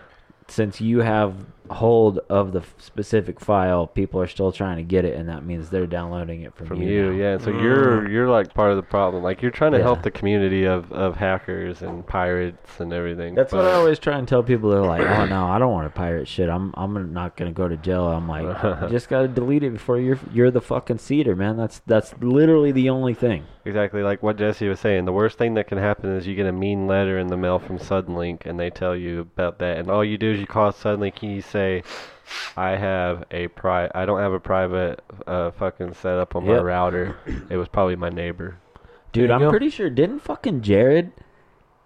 since you have hold of the f- specific file, people are still trying to get it, and that means they're downloading it from, from you. you, now. yeah. So you're you're like part of the problem. Like you're trying to Yeah. help the community of of hackers and pirates and everything. That's what I but- always try and tell people. They're like, "Oh no, I don't want to pirate shit. I'm I'm not gonna go to jail." I'm like, "You just gotta delete it before you're you're the fucking cedar, man. That's that's literally the only thing." Exactly like what Jesse was saying. The worst thing that can happen is you get a mean letter in the mail from Suddenlink and they tell you about that and all you do is you call Suddenlink and you say I have a pri I don't have a private uh, fucking setup on my Yep. router. It was probably my neighbor. Dude, you I'm go. pretty sure didn't fucking Jared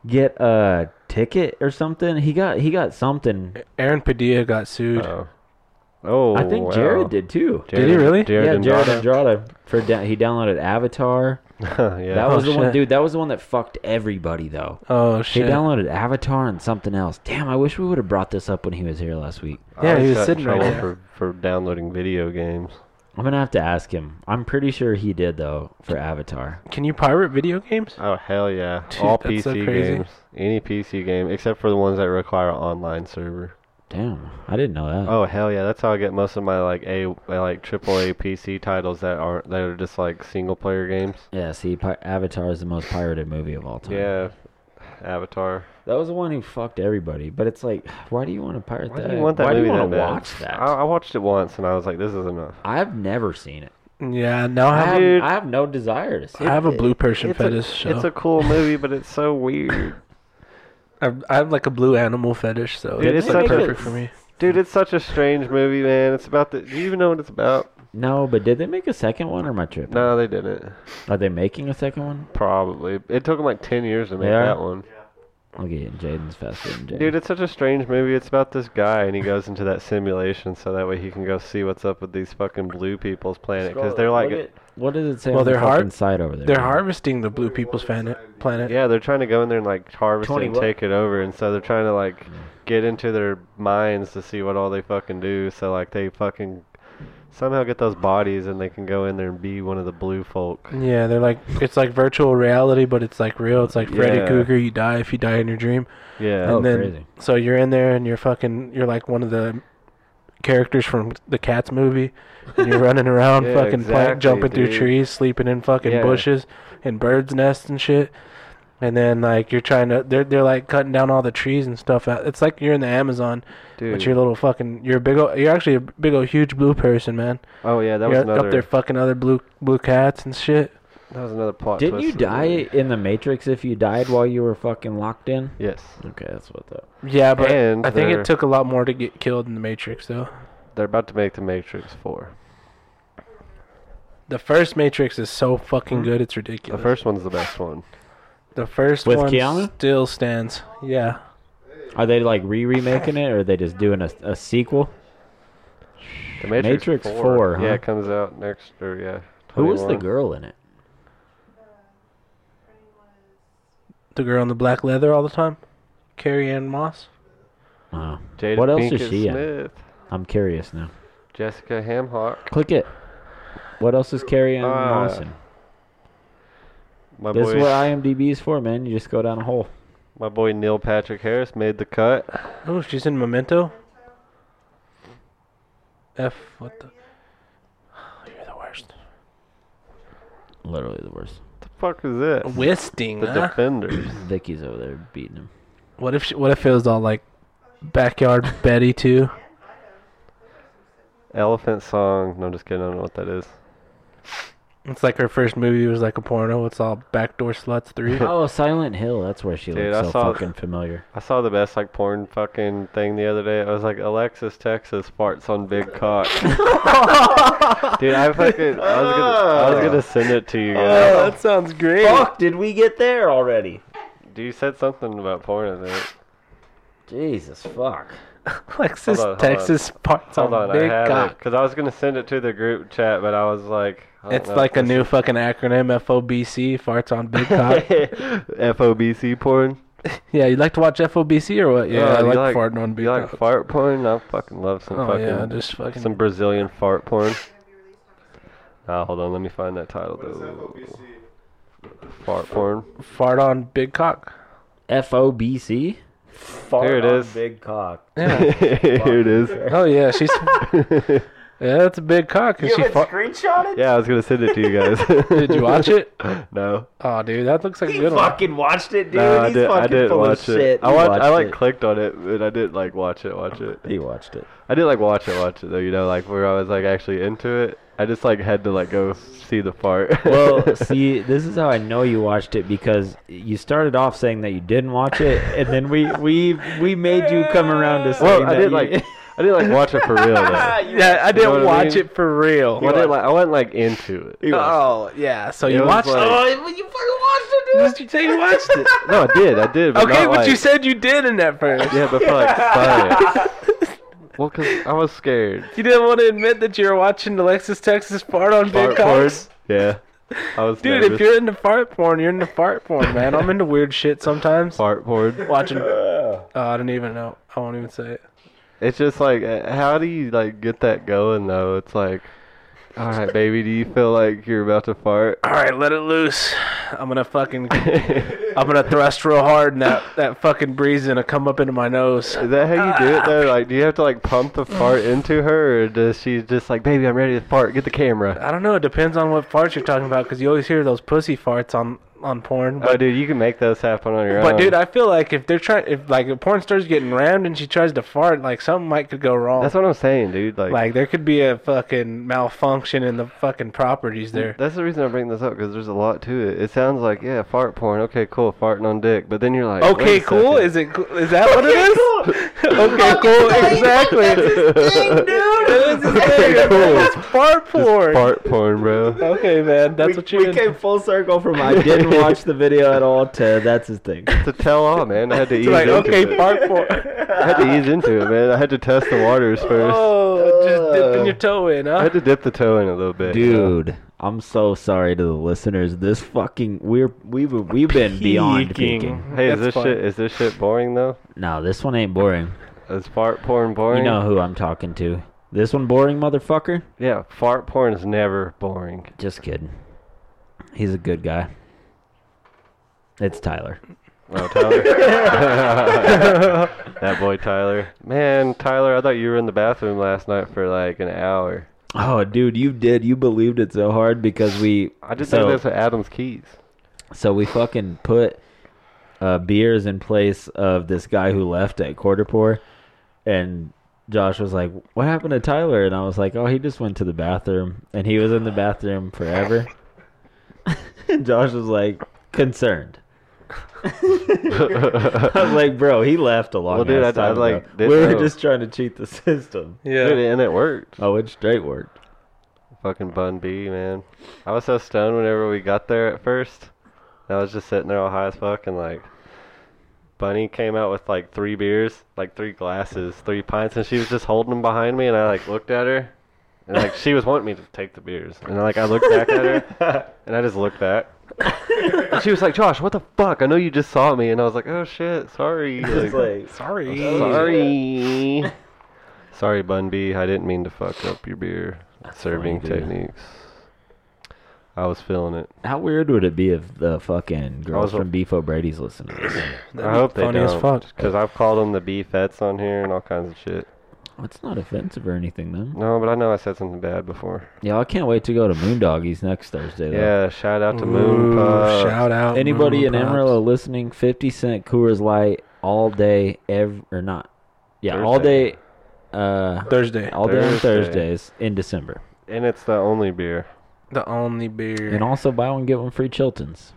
get a ticket or something? He got he got something. Aaron Padilla got sued. Oh. Oh. I think wow. Jared did too. Did he really? Jared yeah, Jared Andrada. Andrada for da- he downloaded Avatar. yeah. Oh, That was the one, shit. dude. That was the one that fucked everybody though. oh He shit! downloaded Avatar and something else. Damn, I wish we would have brought this up when he was here last week. I Yeah, he was got in sitting right trouble there. for for downloading video games. I'm gonna have to ask him. I'm pretty sure he did though for Avatar. Can you pirate video games? Oh hell yeah! Dude, All PC that's so crazy. games, any PC game except for the ones that require an online server. Damn, I didn't know that. Oh hell yeah! That's how I get most of my like a my, like AAA PC titles that aren't that are just like single player games. Yeah, see, Pi- Avatar is the most pirated movie of all time. Yeah, Avatar. That was the one who fucked everybody. But it's like, why do you want to pirate Why that? do you want that why do movie you that want to bad? watch that? I, I watched it once and I was like, this is enough. I, have never seen it. Yeah, now I I have, have, Dude. I have no desire to see I have it. a blue person It's a, fetish. so. it's a cool movie, but it's so weird. I I have like a blue animal fetish, so Dude, it's it's like such a- perfect for me. Dude, it's such a strange movie, man. It's about the. Do you even know what it's about? No, but did they make a second one or am I tripping? No, they didn't. Are they making a second one? Probably. It took them like ten years to make Yeah? that one. I'll get in Jaden's faster than Jaden. Dude, it's such a strange movie. It's about this guy, and he goes into that simulation so that way he can go see what's up with these fucking blue people's planet because they're like, what, did- what does it say Well, on the they're har- fucking side over there? They're harvesting the blue people's planet. planet. yeah, they're trying to go in there and like harvest it 20 and what? take it over, and so they're trying to like get into their minds to see what all they fucking do. So like they fucking somehow get those bodies, and they can go in there and be one of the blue folk. Yeah, they're like it's like virtual reality, but it's like real. It's like Freddy Yeah. Krueger. You die if you die in your dream, Yeah, Oh, and then crazy. so you're in there and you're fucking. You're like one of the characters from the Cats movie, and you're running around, Yeah, fucking playing, exactly, jumping through dude. trees, sleeping in fucking Yeah. bushes and birds' nests and shit. And then like you're trying to, they're they're like cutting down all the trees and stuff. out. It's like you're in the Amazon, dude. but you're a little fucking. You're a big. Ol', you're actually a big old huge blue person, man. oh yeah, that was you're another. up there fucking other blue blue cats and shit. That was another plot. Didn't you twist in the die movie. in the Matrix if you died while you were fucking locked in? Yes, Okay, that's what the. Yeah, but And I think they're- it took a lot more to get killed in the Matrix, though. they're about to make the Matrix Four. The first Matrix is so fucking good, it's Hmm. The ridiculous. first one's the best one. the first With one Keanu? still stands. Yeah, Are they like re remaking it or are they just doing a, a sequel? The Matrix, Matrix 4. 4, Yeah, huh? it comes out next or yeah. Who was the 21. girl in it? the girl in the black leather all the time, Carrie Ann Moss. Oh. Jada What else Pinkett is she in? Smith, I'm curious now. Jessica Hamhock. Click it. What else is Carrie Ann Uh, Monson? My This is boy, what IMDb is for, man. You just go down a hole. my boy Neil Patrick Harris made the cut. Oh, she's in Memento. F what the? You're the worst. Literally the worst. The fuck is this? Whisting. the huh? Defenders. Vicky's over there beating him. What if she, what if it was all like backyard Betty too? Elephant Song. No, I'm just kidding. I don't know what that is. It's like her first movie was like a porno. It's all backdoor sluts three. Oh, Silent Hill. That's where she Dude, looks I so saw- fucking familiar. I saw the best like porn fucking thing the other day. I was like, Alexis Texas farts on big cock. Dude, I fucking. I was gonna. I was gonna send it to you guys. that sounds great. did we get there already? Dude, you said something about porn. I think. Jesus fuck. like this on, hold Texas parts Hold on, on, I big had it cock. because I was gonna send it to the group chat, but I was like, I don't It's know like a if new fucking acronym, FOBC, farts on big cock. this- FOBC porn. yeah, you like to watch FOBC or what? Yeah, Oh, I you like, farting on big You like cock. fart porn? I fucking love some oh fucking yeah, just fucking. some Brazilian fart porn. Ah, hold on, let me find that title What is though. FOBC? Fart porn. fart on big cock. F O B C. Here it on is. Big cock. Yeah. Here it is. oh yeah, she's yeah, that's a big cock. And she fart- screenshot Yeah, I was gonna send it to you guys. Did you watch it? No, Oh dude, that looks like a He good one. fucking watched it, dude. no, I He's did. fucking I didn't full watch of it. shit. I He watched. I watched like it. clicked on it, but I didn't like watch it. Watch it. He watched it. I did like watch it, watch it though. You know, like where I was like actually into it. I just like had to like go see the part. Well, see, this is how I know you watched it because you started off saying that you didn't watch it, and then we we we made you come around to saying well, I that did you- like. I didn't like watch it for real though. Yeah, I didn't what I watch mean? it for real. I, didn't, like, I wasn't like into it. Oh yeah, so It you was watched like- it. Oh, you fucking watched it, dude. Did you say you watched it? No, I did. I did. But Okay, not, but you like- said you did in that first. Yeah, but for like fun. well, cause I was scared. You didn't want to admit that you were watching the Lexus Texas fart on Fart big porn. cocks. Yeah. I was Dude, nervous. if you're into fart porn, you're into fart porn, man. I'm into weird shit sometimes. fart porn. Watching. Oh, I don't even know. I won't even say it. It's just like, uh, how do you like get that going though? It's like, all right, baby, do you feel like you're about to fart? All right, let it loose. I'm gonna fucking. I'm gonna thrust real hard, and that that fucking breeze is gonna come up into my nose. Is that how you do it though? Like, do you have to like pump the fart into her, or does she just like, baby, I'm ready to fart, get the camera? I don't know. It depends on what farts you're talking about, because you always hear those pussy farts on on porn. But Oh, dude, you can make those happen on your own. But dude, I feel like if they're trying, if like a porn star's getting rammed and she tries to fart, like something might could go wrong. that's what I'm saying, dude. Like, like there could be a fucking malfunction in the fucking properties there. that's the reason I bring this up because there's a lot to it. It sounds like, yeah, fart porn. Okay, cool, farting on dick. But then you're like, wait Okay, a cool. second. Is it? cool- Is that what it is? okay, cool. Exactly. That's his thing. cool. That's fart porn. fart porn, bro? Okay, man. That's We, what you. we came full circle from I didn't watch the video at all to that's his thing. to tell all, man. I had to ease like, into okay, it. fart porn. I had to ease into it, man. I had to test the waters first. Oh, just dipping your toe in, I huh? had to dip the toe in a little bit. you know? Dude, I'm so sorry to the listeners. This fucking we're we've we've been beyond peaking. Hey, is That's this fine. shit is this shit boring though? No, this one ain't boring. Is fart porn boring? You know who I'm talking to. This one boring, motherfucker? Yeah, fart porn is never boring. Just kidding. He's a good guy. It's Tyler. Oh, Tyler. that boy Tyler. Man, Tyler, I thought you were in the bathroom last night for like an hour. Oh, dude, you did. You believed it so hard because we. I just so, think that's Adam's keys. So we fucking put uh, beers in place of this guy who left at quarter pour, and Josh was like, "What happened to Tyler?" And I was like, "Oh, he just went to the bathroom, and he was in the bathroom forever." and Josh was like, concerned. I was like, "Bro, he left a long Well, dude, ass I- I, time like, ago. We didn't were know. just trying to cheat the system." Dude, Yeah. and it worked. Oh, it straight worked. Fucking Bun B, man. I was so stoned whenever we got there at first. I was just sitting there all high as fuck, and like, Bunny came out with like three beers, like three glasses, three pints, and she was just holding them behind me, and I like looked at her, and like she was wanting me to take the beers, and like I looked back at her, and I just looked back. and she was like, Josh, what the fuck? I know you just saw me, and I was like, oh shit, sorry. Like, It's like, Sorry. sorry. sorry, Bun B. I didn't mean to fuck up your beer serving fine, dude. techniques. I was feeling it. how weird would it be if the fucking girls Also- from Beef O'Brady's listening to this? I hope they funny as don't, fuck. because I've called them the B Fets on here and all kinds of shit. Well, It's not offensive or anything, then. No, but I know I said something bad before. Yeah, I can't wait to go to Moondoggies next Thursday. Though. Yeah, shout out to Moon Ooh, Puff. shout out. Anybody in Moon Pups. Amarillo listening? Fifty Cent Coors Light all day, ev or not? Yeah, all Thursday. day. Uh, Thursday. all day on Thursday. Thursdays in December, And it's the only beer. The only beer. and also buy one get one free Chiltons.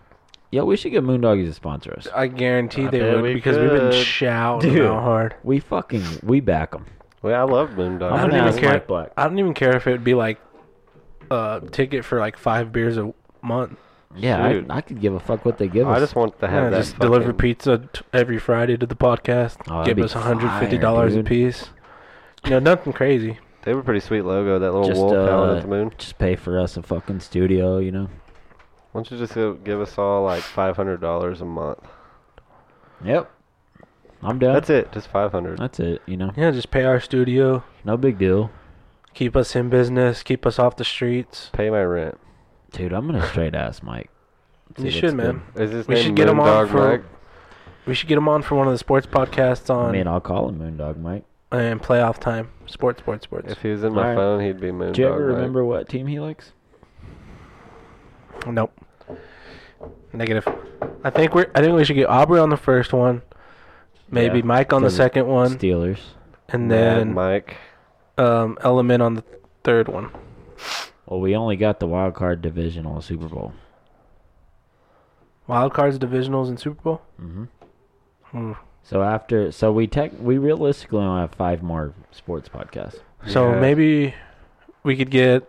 Yeah, we should get Moondoggies to sponsor us. I guarantee I they bet would we because we've been could. shouting Dude. out hard. We fucking we back them. Well, I love Moon Dog. I I'm don't gonna even ask care. Mike Black. I don't even care if it would be like a ticket for like five beers a month. Yeah, I, Shoot. I could give a fuck what they give us. I just want to have Yeah, that. just deliver fucking- pizza t- every Friday to the podcast. Oh, that'd Give be us fire, $150 a dude. piece. You know, nothing crazy. They were pretty sweet logo. That little Just, wolf howling uh, at the moon. just pay for us a fucking studio, you know. Why don't you just go- give us all like five hundred dollars a month? Yep. I'm down. That's it. Just five hundred. That's it. You know, Yeah, just pay our studio, no big deal, keep us in business, keep us off the streets. Pay my rent. dude. I'm gonna straight ass Mike. See You what's should, man. Is his We name should get him on Moondog for- Mike? We should get him on for one of the sports podcasts good. on I mean, I'll call him Moondog Mike. and playoff time. Sports, sports, sports. If he was in my Alright. phone, he'd be Moondog. Do you ever Mike. remember what team he likes? Nope. Negative. I think we're. I think we should get Aubrey on the first one, maybe Yeah, Mike on the 'cause it- second one, Steelers. and Mad then Mike? um, Element on the third one. Well, we only got the wild card divisional Super Bowl. Wild cards, divisionals, and Super Bowl. hmm Hmm. So after, so we tech, we realistically only have five more sports podcasts. So Yeah. maybe we could get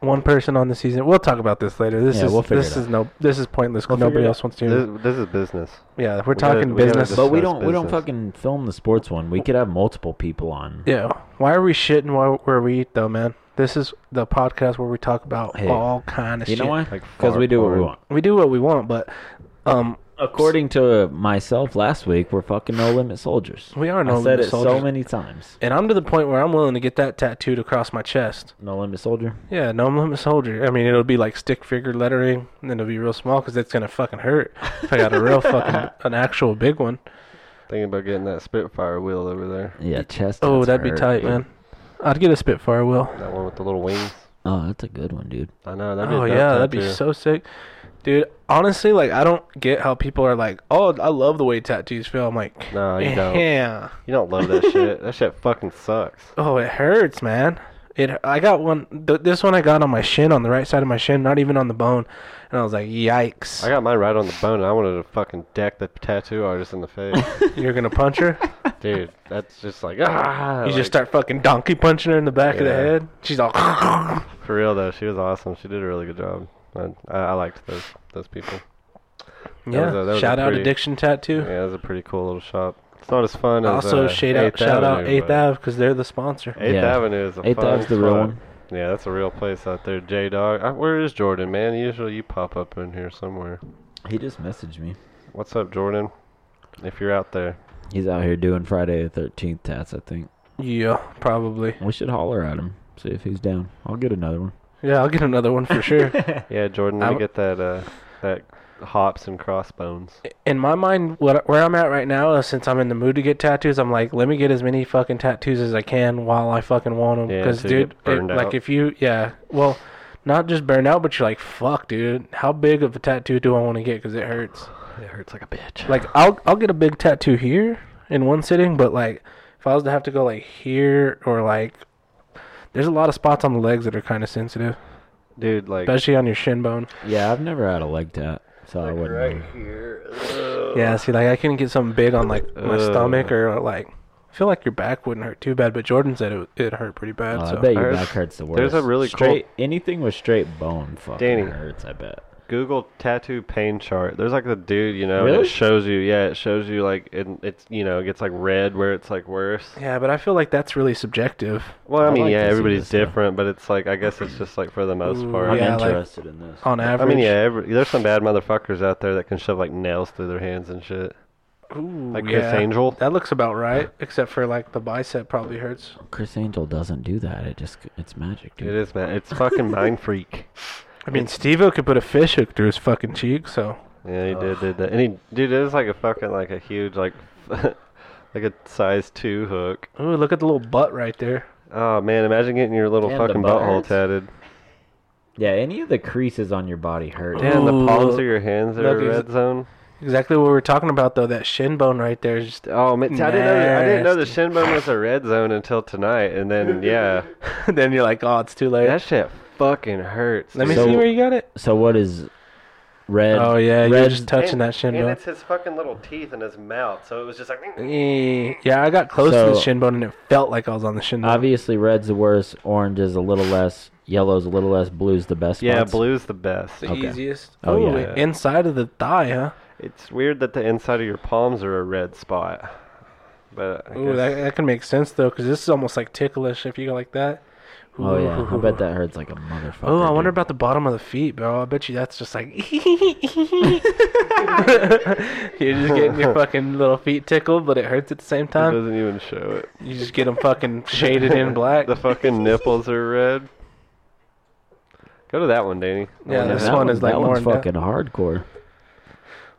one person on the season. We'll talk about this later. This Yeah, is we'll figure this it is no this is pointless. 'cause We'll figure nobody it else wants to. This, this is business. yeah, we're we gotta- talking we gotta business. But we Discuss don't we don't business. fucking film the sports one. We could have multiple people on. yeah, why are we shitting where where we eat though, man? This is the podcast where we talk about Hey, all kind of you shit. know why? like Because we fart do what we porn. want. We do what we want, but um, According to myself last week, we're fucking no limit soldiers. We are No I said Limit it so Soldiers. many times. and I'm to the point where I'm willing to get that tattooed across my chest. No limit soldier. Yeah, no limit soldier. I mean, it'll be like stick figure lettering, and it'll be real small because it's gonna fucking hurt if I got a real fucking an actual big one. Thinking about getting that Spitfire wheel over there. Yeah, chest. Oh, tats that'd be hurt, tight, dude. man. I'd get a Spitfire, Will. That one with the little wings. Oh, that's a good one, dude. I know. That'd be a Oh dope yeah, that'd be tattoo. so sick, dude. Honestly, like I don't get how people are like, "Oh, I love the way tattoos feel." I'm like, "Eh, No, you don't. yeah. You don't love that shit. That shit fucking sucks. Oh, it hurts, man. It. I got one. Th- this one I got on my shin, on the right side of my shin, not even on the bone, and I was like, "Yikes!" I got mine right on the bone, and I wanted to fucking deck the tattoo artist in the face, You're gonna punch her. dude. That's just like ah. You like- just start fucking donkey punching her in the back of the Yeah. head. She's all. For real though, she was awesome. She did a really good job. I, I I liked those those people. yeah. was a- that was a shout out pretty- Addiction Tattoo. Yeah, it was a pretty cool little shop. It's not as fun as also, uh, shout out, 8th shout out Avenue, Eighth but Ave because they're the sponsor. Eighth Yeah. Avenue is a Eighth fun Ave's the real spot. one. Yeah, that's a real place out there. J Dog, Uh, where is Jordan, man? Usually you pop up in here somewhere. He just messaged me. What's up, Jordan? If you're out there, He's out here doing Friday the Thirteenth tats. I think Yeah, probably. we should holler at him. See if he's down. I'll get another one. Yeah, I'll get another one for sure. yeah, Jordan, let I'm- me get that uh that hops and crossbones. in my mind, what where I'm at right now is since I'm in the mood to get tattoos, I'm like, let me get as many fucking tattoos as I can while I fucking want them. Yeah, Because until you dude, get it- burned like out. if you, yeah, well, not just burn out, but you're like, fuck, dude, how big of a tattoo do I want to get? Because it hurts. It hurts like a bitch. Like I'll I'll get a big tattoo here in one sitting, but like if I was to have to go like here or like, there's a lot of spots on the legs that are kind of sensitive, dude, like especially on your shin bone. Yeah, I've never had a leg tat, so I wouldn't. know. here. Yeah, see, like I couldn't get something big on like my Ugh. stomach or like. I feel like your back wouldn't hurt too bad, but Jordan said it it hurt pretty bad. Oh, so. I bet your There's- back hurts the worst. there's a really cool- straight anything with straight bone fucking Danny. hurts. I bet. Google tattoo pain chart. There's like the dude, you know, and Really? it shows you. Yeah, it shows you like it, it's you know, it gets like red where it's like worse. Yeah, but I feel like that's really subjective. Well, I, I mean, like yeah, to see everybody's this stuff. different, but it's like I guess it's just like for the most Ooh, part. I'm yeah, like, interested in this. On I average, mean, yeah, every, there's some bad motherfuckers out there that can shove like nails through their hands and shit, Ooh, like yeah. Chris Angel. That looks about right, except for like the bicep probably hurts. Chris Angel doesn't do that. It just it's magic, It dude. is man, it's fucking mind freak. I mean, Steve-O could put a fish hook through his fucking cheek, so Yeah, he did did that, and he dude, it was like a fucking like a huge like like a size two hook. ooh, look at the little butt right there. Oh man, imagine getting your little Damn, the fucking butt butthole hurts. tatted. Yeah, any of the creases on your body hurt. Yeah. Damn, the palms Ooh. of your hands are Look, a he's- red zone. Exactly what we were talking about though. That shin bone right there is just Oh man, see, I didn't know. I didn't know the Nasty. shin bone was a red zone until tonight, and then yeah, then you're like, oh, it's too late. that shit fucking hurts. Let me So- see where you got it. So what is red? Oh yeah, you're red just touching that shin bone. his fucking little teeth in his mouth, so it was just like. Eh, Yeah, I got close to the So- shin bone and it felt like I was on the shin bone. Obviously, red's the worst. Orange is a little less. Yellow's a little less. Blue's the best. Yeah, spots. blue's the best. The Okay. easiest. Oh, Ooh, yeah. Inside of the thigh, huh? It's weird that the inside of your palms are a red spot. But I Ooh, guess- that, that can make sense though, because this is almost like ticklish if you go like that. Oh yeah, I Ooh. bet that hurts like a motherfucker. Oh, I wonder dude. about the bottom of the feet, bro. I bet you that's just like you're just getting your fucking little feet tickled, but it hurts at the same it time. doesn't even show it. You just get them fucking shaded in black. the fucking nipples are red. Go to that one, Danny. The Yeah, one Yeah, this that- that one is, like, that more one's in depth. fucking hardcore.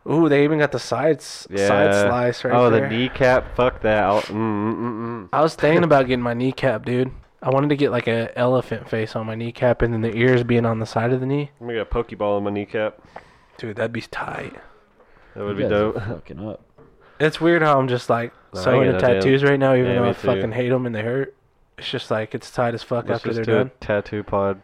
Ooh, they even got the sides side slice right oh, there. the kneecap. Fuck that. I'll- Mm, mm, mm, I was thinking about getting my kneecap, dude. I wanted to get like a elephant face on my kneecap, and then the ears being on the side of the knee. I'm gonna get a pokeball in my kneecap. Dude, that'd be tight. That would be You guys are dope. Fucking up. It's weird how I'm just like No, so I get into it, dude. tattoos right now, even Yeah, though me I too. fucking hate them and they hurt. It's just like it's tight as fuck Let's after just they're do a done. tattoo pod.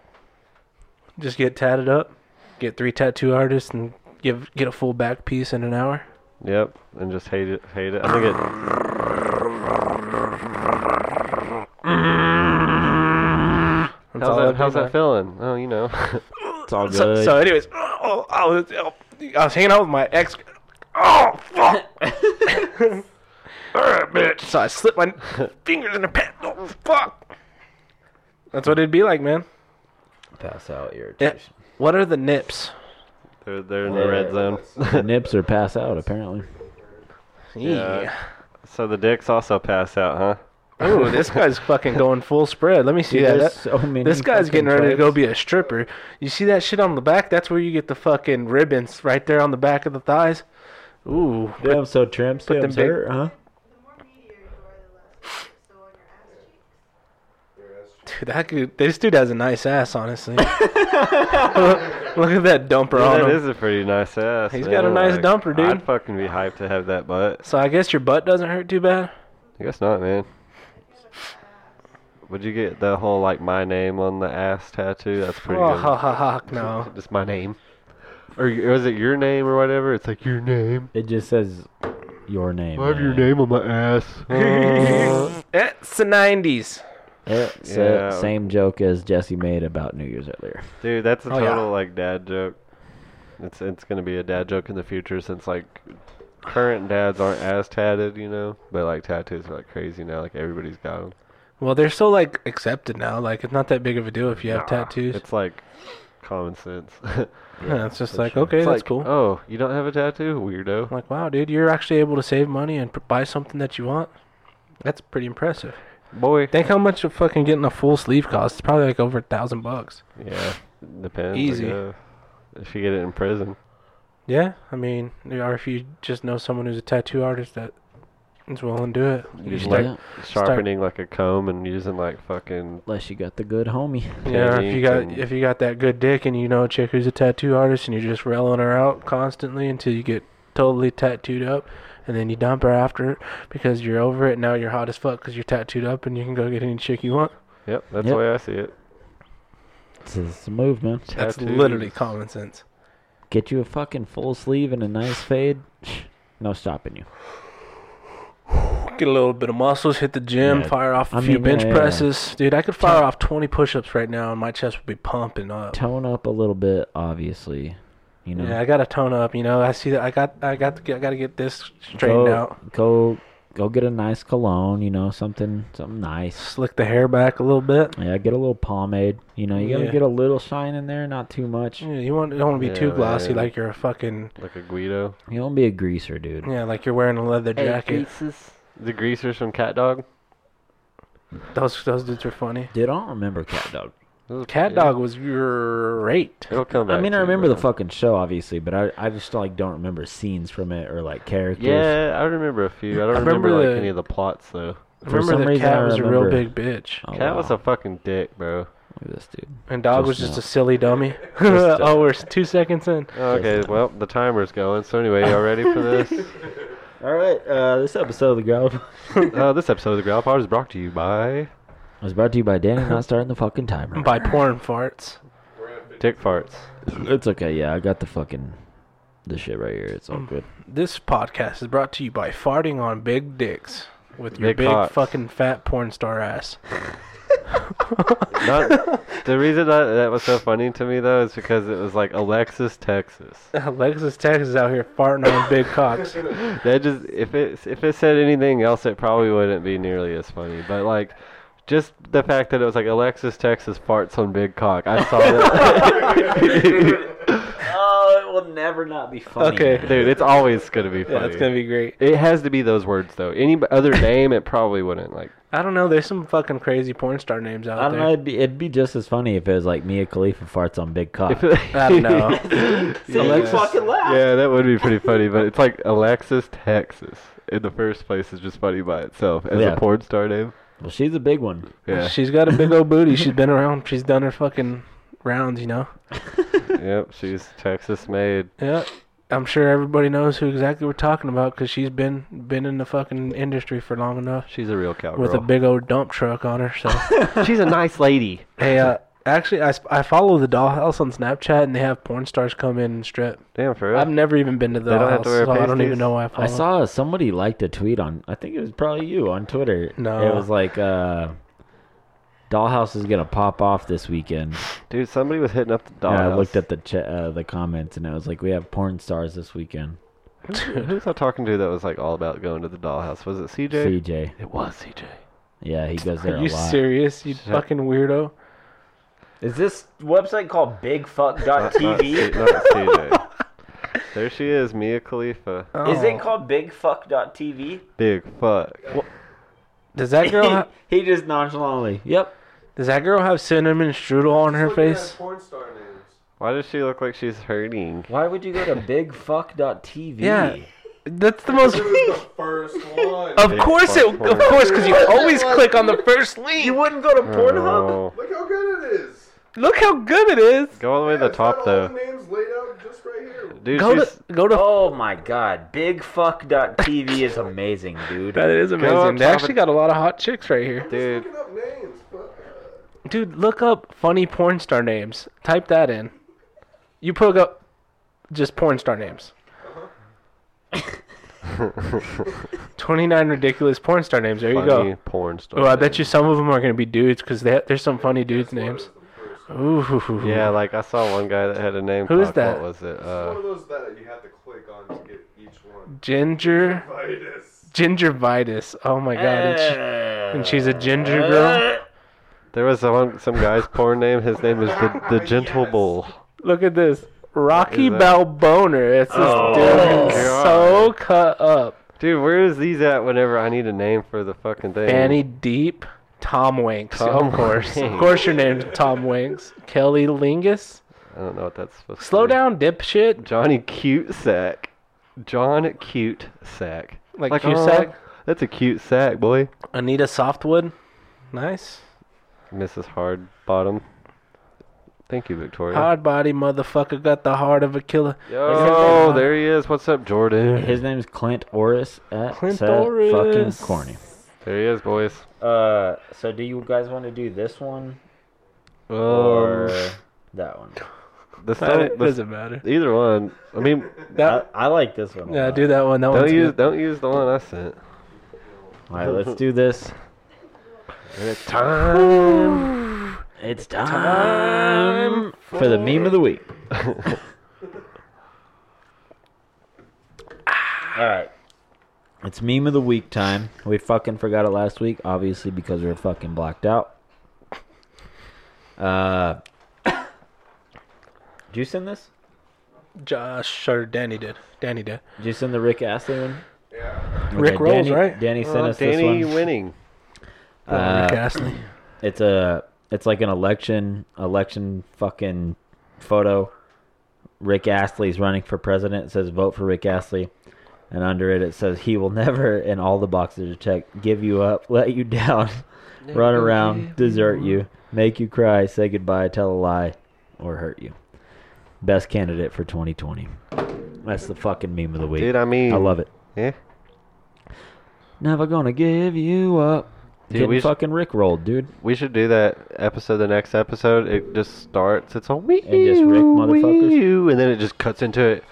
Just get tatted up, get three tattoo artists, and give get a full back piece in an hour. Yep, and just hate it. Hate it. I Oh, think it. That's How's all I that, do how's now. that feeling? Oh, you know. It's all good. So, so anyways, oh, I was oh, I was hanging out with my ex. Oh fuck! Alright, bitch. So I slipped my fingers in her pants. Oh fuck! That's what it'd be like, man. Pass out irritation. Yeah. What are the nips? they're, they're in the red zone. Nips or pass out apparently. Yeah. So the dicks also pass out, huh? Ooh, this guy's fucking going full spread. Let me see Dude, that. there's That- so many This guy's fucking getting ready to go tribes. be a stripper. You see that shit on the back? That's where you get the fucking ribbons right there on the back of the thighs. Ooh, Damn, so tramp stamps big- hurt, huh? dude, that dude, this dude has a nice ass, honestly. Look at that dumper Yeah, on that him. is a pretty nice ass. He's got a nice dumper, dude. I'd fucking be hyped to have that butt. So I guess your butt doesn't hurt too bad. I guess not, man. Would you get the whole like my name on the ass tattoo? That's pretty Oh, good. ha, ha, ha, no. Just my name, or was it your name or whatever? It's like your name. It just says your name. I have your man. name on my ass. Oh, It's the 90s. It's Yeah. the Eh, same joke as Jesse made about New Year's earlier. Dude, that's a Oh, total yeah. like dad joke. It's it's gonna be a dad joke in the future since like current dads aren't as tatted, you know. But like tattoos are like crazy now. Like everybody's got them. Well, they're so like accepted now. Like it's not that big of a deal if you have tattoos. It's, It's like common sense. it's just like okay, It's that's like, cool. Oh, you don't have a tattoo, weirdo. I'm like, wow, dude, you're actually able to save money and p- buy something that you want. That's pretty impressive. Boy. Think how much of fucking getting a full sleeve costs. It's probably like over a thousand bucks. Yeah, depends. I Easy. guess. If you get it in prison, Yeah, I mean, or if you just know someone who's a tattoo artist that is willing to do it, you just start. Yeah. sharpening like a comb and using like fucking. Unless you got the good homie. Yeah, if you technique got and- if you got that good dick and you know a chick who's a tattoo artist and you're just reeling her out constantly until you get totally tattooed up, and then you dump her after because you're over it. Now you're hot as fuck because you're tattooed up and you can go get any chick you want. Yep, that's Yep. the way I see it. It's, it's a move, man. That's Tattoos. literally common sense. Get you a fucking full sleeve and a nice fade. No stopping you. Get a little bit of muscles, hit the gym, Yeah. fire off a I few mean, bench yeah, yeah, yeah. presses. Dude, I could fire off 20 push ups right now and my chest would be pumping up. Tone up a little bit, obviously. You know. Yeah, I gotta tone up. You know, I see that. I got, I got, to get- I gotta get this straightened go, out. Go, go get a nice cologne. You know, something, something nice. Slick the hair back a little bit. Yeah, get a little pomade. You know, you gotta Yeah. get a little shine in there, not too much. Yeah, you want, you don't want to be too Yeah, glossy, man. like you're a fucking, Like a Guido. You don't be a greaser, dude. yeah, like you're wearing a leather jacket. The greasers from Cat Dog. Those, those dudes are funny. Dude, I don't remember Cat Dog. Those- Cat yeah, Dog was great. It'll come back. I mean, to I you, remember the man. fucking show, obviously, but I, I just like don't remember scenes from it or like characters. Yeah, I remember a few. I don't I remember remember, like the- any of the plots though. For remember some that reason, cat I was a real remember- big bitch, Oh, Cat wow. was a fucking dick, bro. Look at this dude. and Just Dog was just now. a silly dummy. Just, uh, oh, we're two seconds in. Okay, well the timer's going. So anyway, y'all ready for this? All right, uh, this episode of the Ground uh, this episode of the Growl Pod is brought to you by was brought to you by Danny not starting the fucking timer. By porn farts. We're at 50 Dick Farts. It's okay, yeah, I got the fucking the shit right here. It's all Mm. good. This podcast is brought to you by farting on big dicks with your Big big cocks. fucking fat porn star ass. Not, the reason that, that was so funny to me though is because it was like Alexis, Texas. Alexis Texas out here farting on big cocks. That just if it if it said anything else, it probably wouldn't be nearly as funny. But like, just the fact that it was like Alexis, Texas farts on big cock. I saw that. Oh, it will never not be funny. Okay. man. Dude, it's always gonna be funny. Yeah, it's gonna be great. It has to be those words though. Any b- other name, it probably wouldn't. Like, I don't know. There's some fucking crazy porn star names out I don't there. know. It'd be, it'd be just as funny if it was like Mia Khalifa farts on big cock. if it, I don't know. See, you Alexis- fucking laugh. Yeah, that would be pretty funny. But it's like Alexis, Texas. In the first place, is just funny by itself as Yeah. a porn star name. Well, she's a big one. Yeah. She's got a big old booty. She's been around. She's done her fucking rounds. You know. yep. She's Texas made. Yeah. I'm sure everybody knows who exactly we're talking about because she's been been in the fucking industry for long enough She's a real cowgirl. with a big old dump truck on her. So She's a nice lady. hey, uh, actually, I, s- I follow the dollhouse on Snapchat and they have porn stars come in and strip. Damn, for real. I've never even been to the They don't have dollhouse, to wear so I don't pasties? even know why I follow. I saw somebody liked a tweet on. I think it was probably you on Twitter. No. it was like, uh, "Dollhouse is gonna pop off this weekend." Dude, somebody was hitting up the And dollhouse. I looked at the ch- uh, the comments and it was like, "We have porn stars this weekend." Who who was I talking to that was like all about going to the dollhouse? Was it CJ? CJ, It was CJ. yeah, he goes there Are a you lot. serious? You Shut- fucking weirdo. Is this website called Not, not C- bigfuck.tv? not CJ. There she is, Mia Khalifa. Is Oh. it called bigfuck.tv? Big fuck. Does that girl? ha- he, he just nonchalantly. Yep. does that girl have cinnamon strudel on her Looking at face? Porn star names. Why does she look like she's hurting? Why would you go to bigfuck.tv? Yeah, that's the most. It was the first one. Of course it. Of course, because you always click on the first You link. wouldn't go to Pornhub? Oh. Look how good it is. Look how good it is. Go all the way to Yeah, the it's got top all though. The names laid out just right here. Dude, Go she's, to go to. Oh my god. Bigfuck.tv is amazing, dude. That is amazing. up They top actually and- got a lot of hot chicks right here. dude. Looking up names. uh, Fuck. Dude, look up funny porn star names. Type that in. You put up just porn star names. Uh-huh. 29 ridiculous porn star names. There you Funny go. porn star. Oh, I bet you some of them are going to be dudes because there's some funny dudes' names. Ooh. Yeah, like I saw one guy that had a name. Who's fuck, that? What was it? It's one Uh, of those that you have to click on to get each one. Ginger. Vitus. Gingivitis. Oh my god. And, she- and she's a ginger Eh. girl. there was one, some guy's porn name. His name is the, the Gentle Yes. Bull. Look at this. Rocky What is that? Oh Balboner. It's this dude who's God. so cut up. Dude, where is these at whenever I need a name for the fucking thing? Fanny Deep, Tom Winks, Tom of course. Of Winks. course your name's Tom Winks. Kelly Lingus. I don't know what that's supposed Slow to be. down, dipshit. Johnny Cute Sack. John Cute Sack. Like Cusack? That's a cute sack, boy. Anita Softwood. Nice. Mrs. Hardbottom. Thank you, Victoria. Hard body motherfucker got the heart of a killer. uh, Yo, there he is. What's up, Jordan? His name's Clint Orris. At Clint set Orris. Fucking corny. There he is, boys. Uh, so do you guys want to do this one or Oh, that one? the stone, It the- doesn't matter. either one. I mean, That, I, I like this one. a yeah, lot. do that one. That don't one's use good. don't use the one I sent. All right, let's do this. Time. It's time for the meme of the week. All right. It's meme of the week time. We fucking forgot it last week, obviously because we were fucking blacked out. Uh, did you send this? Josh or Danny did. Danny did. Did you send the Rick Astley one? Yeah. Okay, Rick rolls, Danny- right? Danny sent us Uh, Danny this one. winning. Uh, Rick Astley. It's a it's like an election election fucking photo. Rick Astley's running for president. It says vote for Rick Astley. And under it it says he will never in all the boxes are checked give you up, let you down, run around, desert you, make you cry, say goodbye, tell a lie, or hurt you. Best candidate for 2020. That's the fucking meme of the week. Dude, I mean, I love it. Yeah. Never gonna give you up. Dude, Getting we should- fucking Rick rolled, dude. We should do that episode. The next episode, it just starts. It's a wee just Rick motherfuckers? and then it just cuts into it.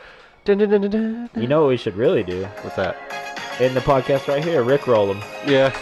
Dun, dun, dun, dun, dun. You know what we should really do? What's that? in the podcast right here. Rickroll him. Yeah.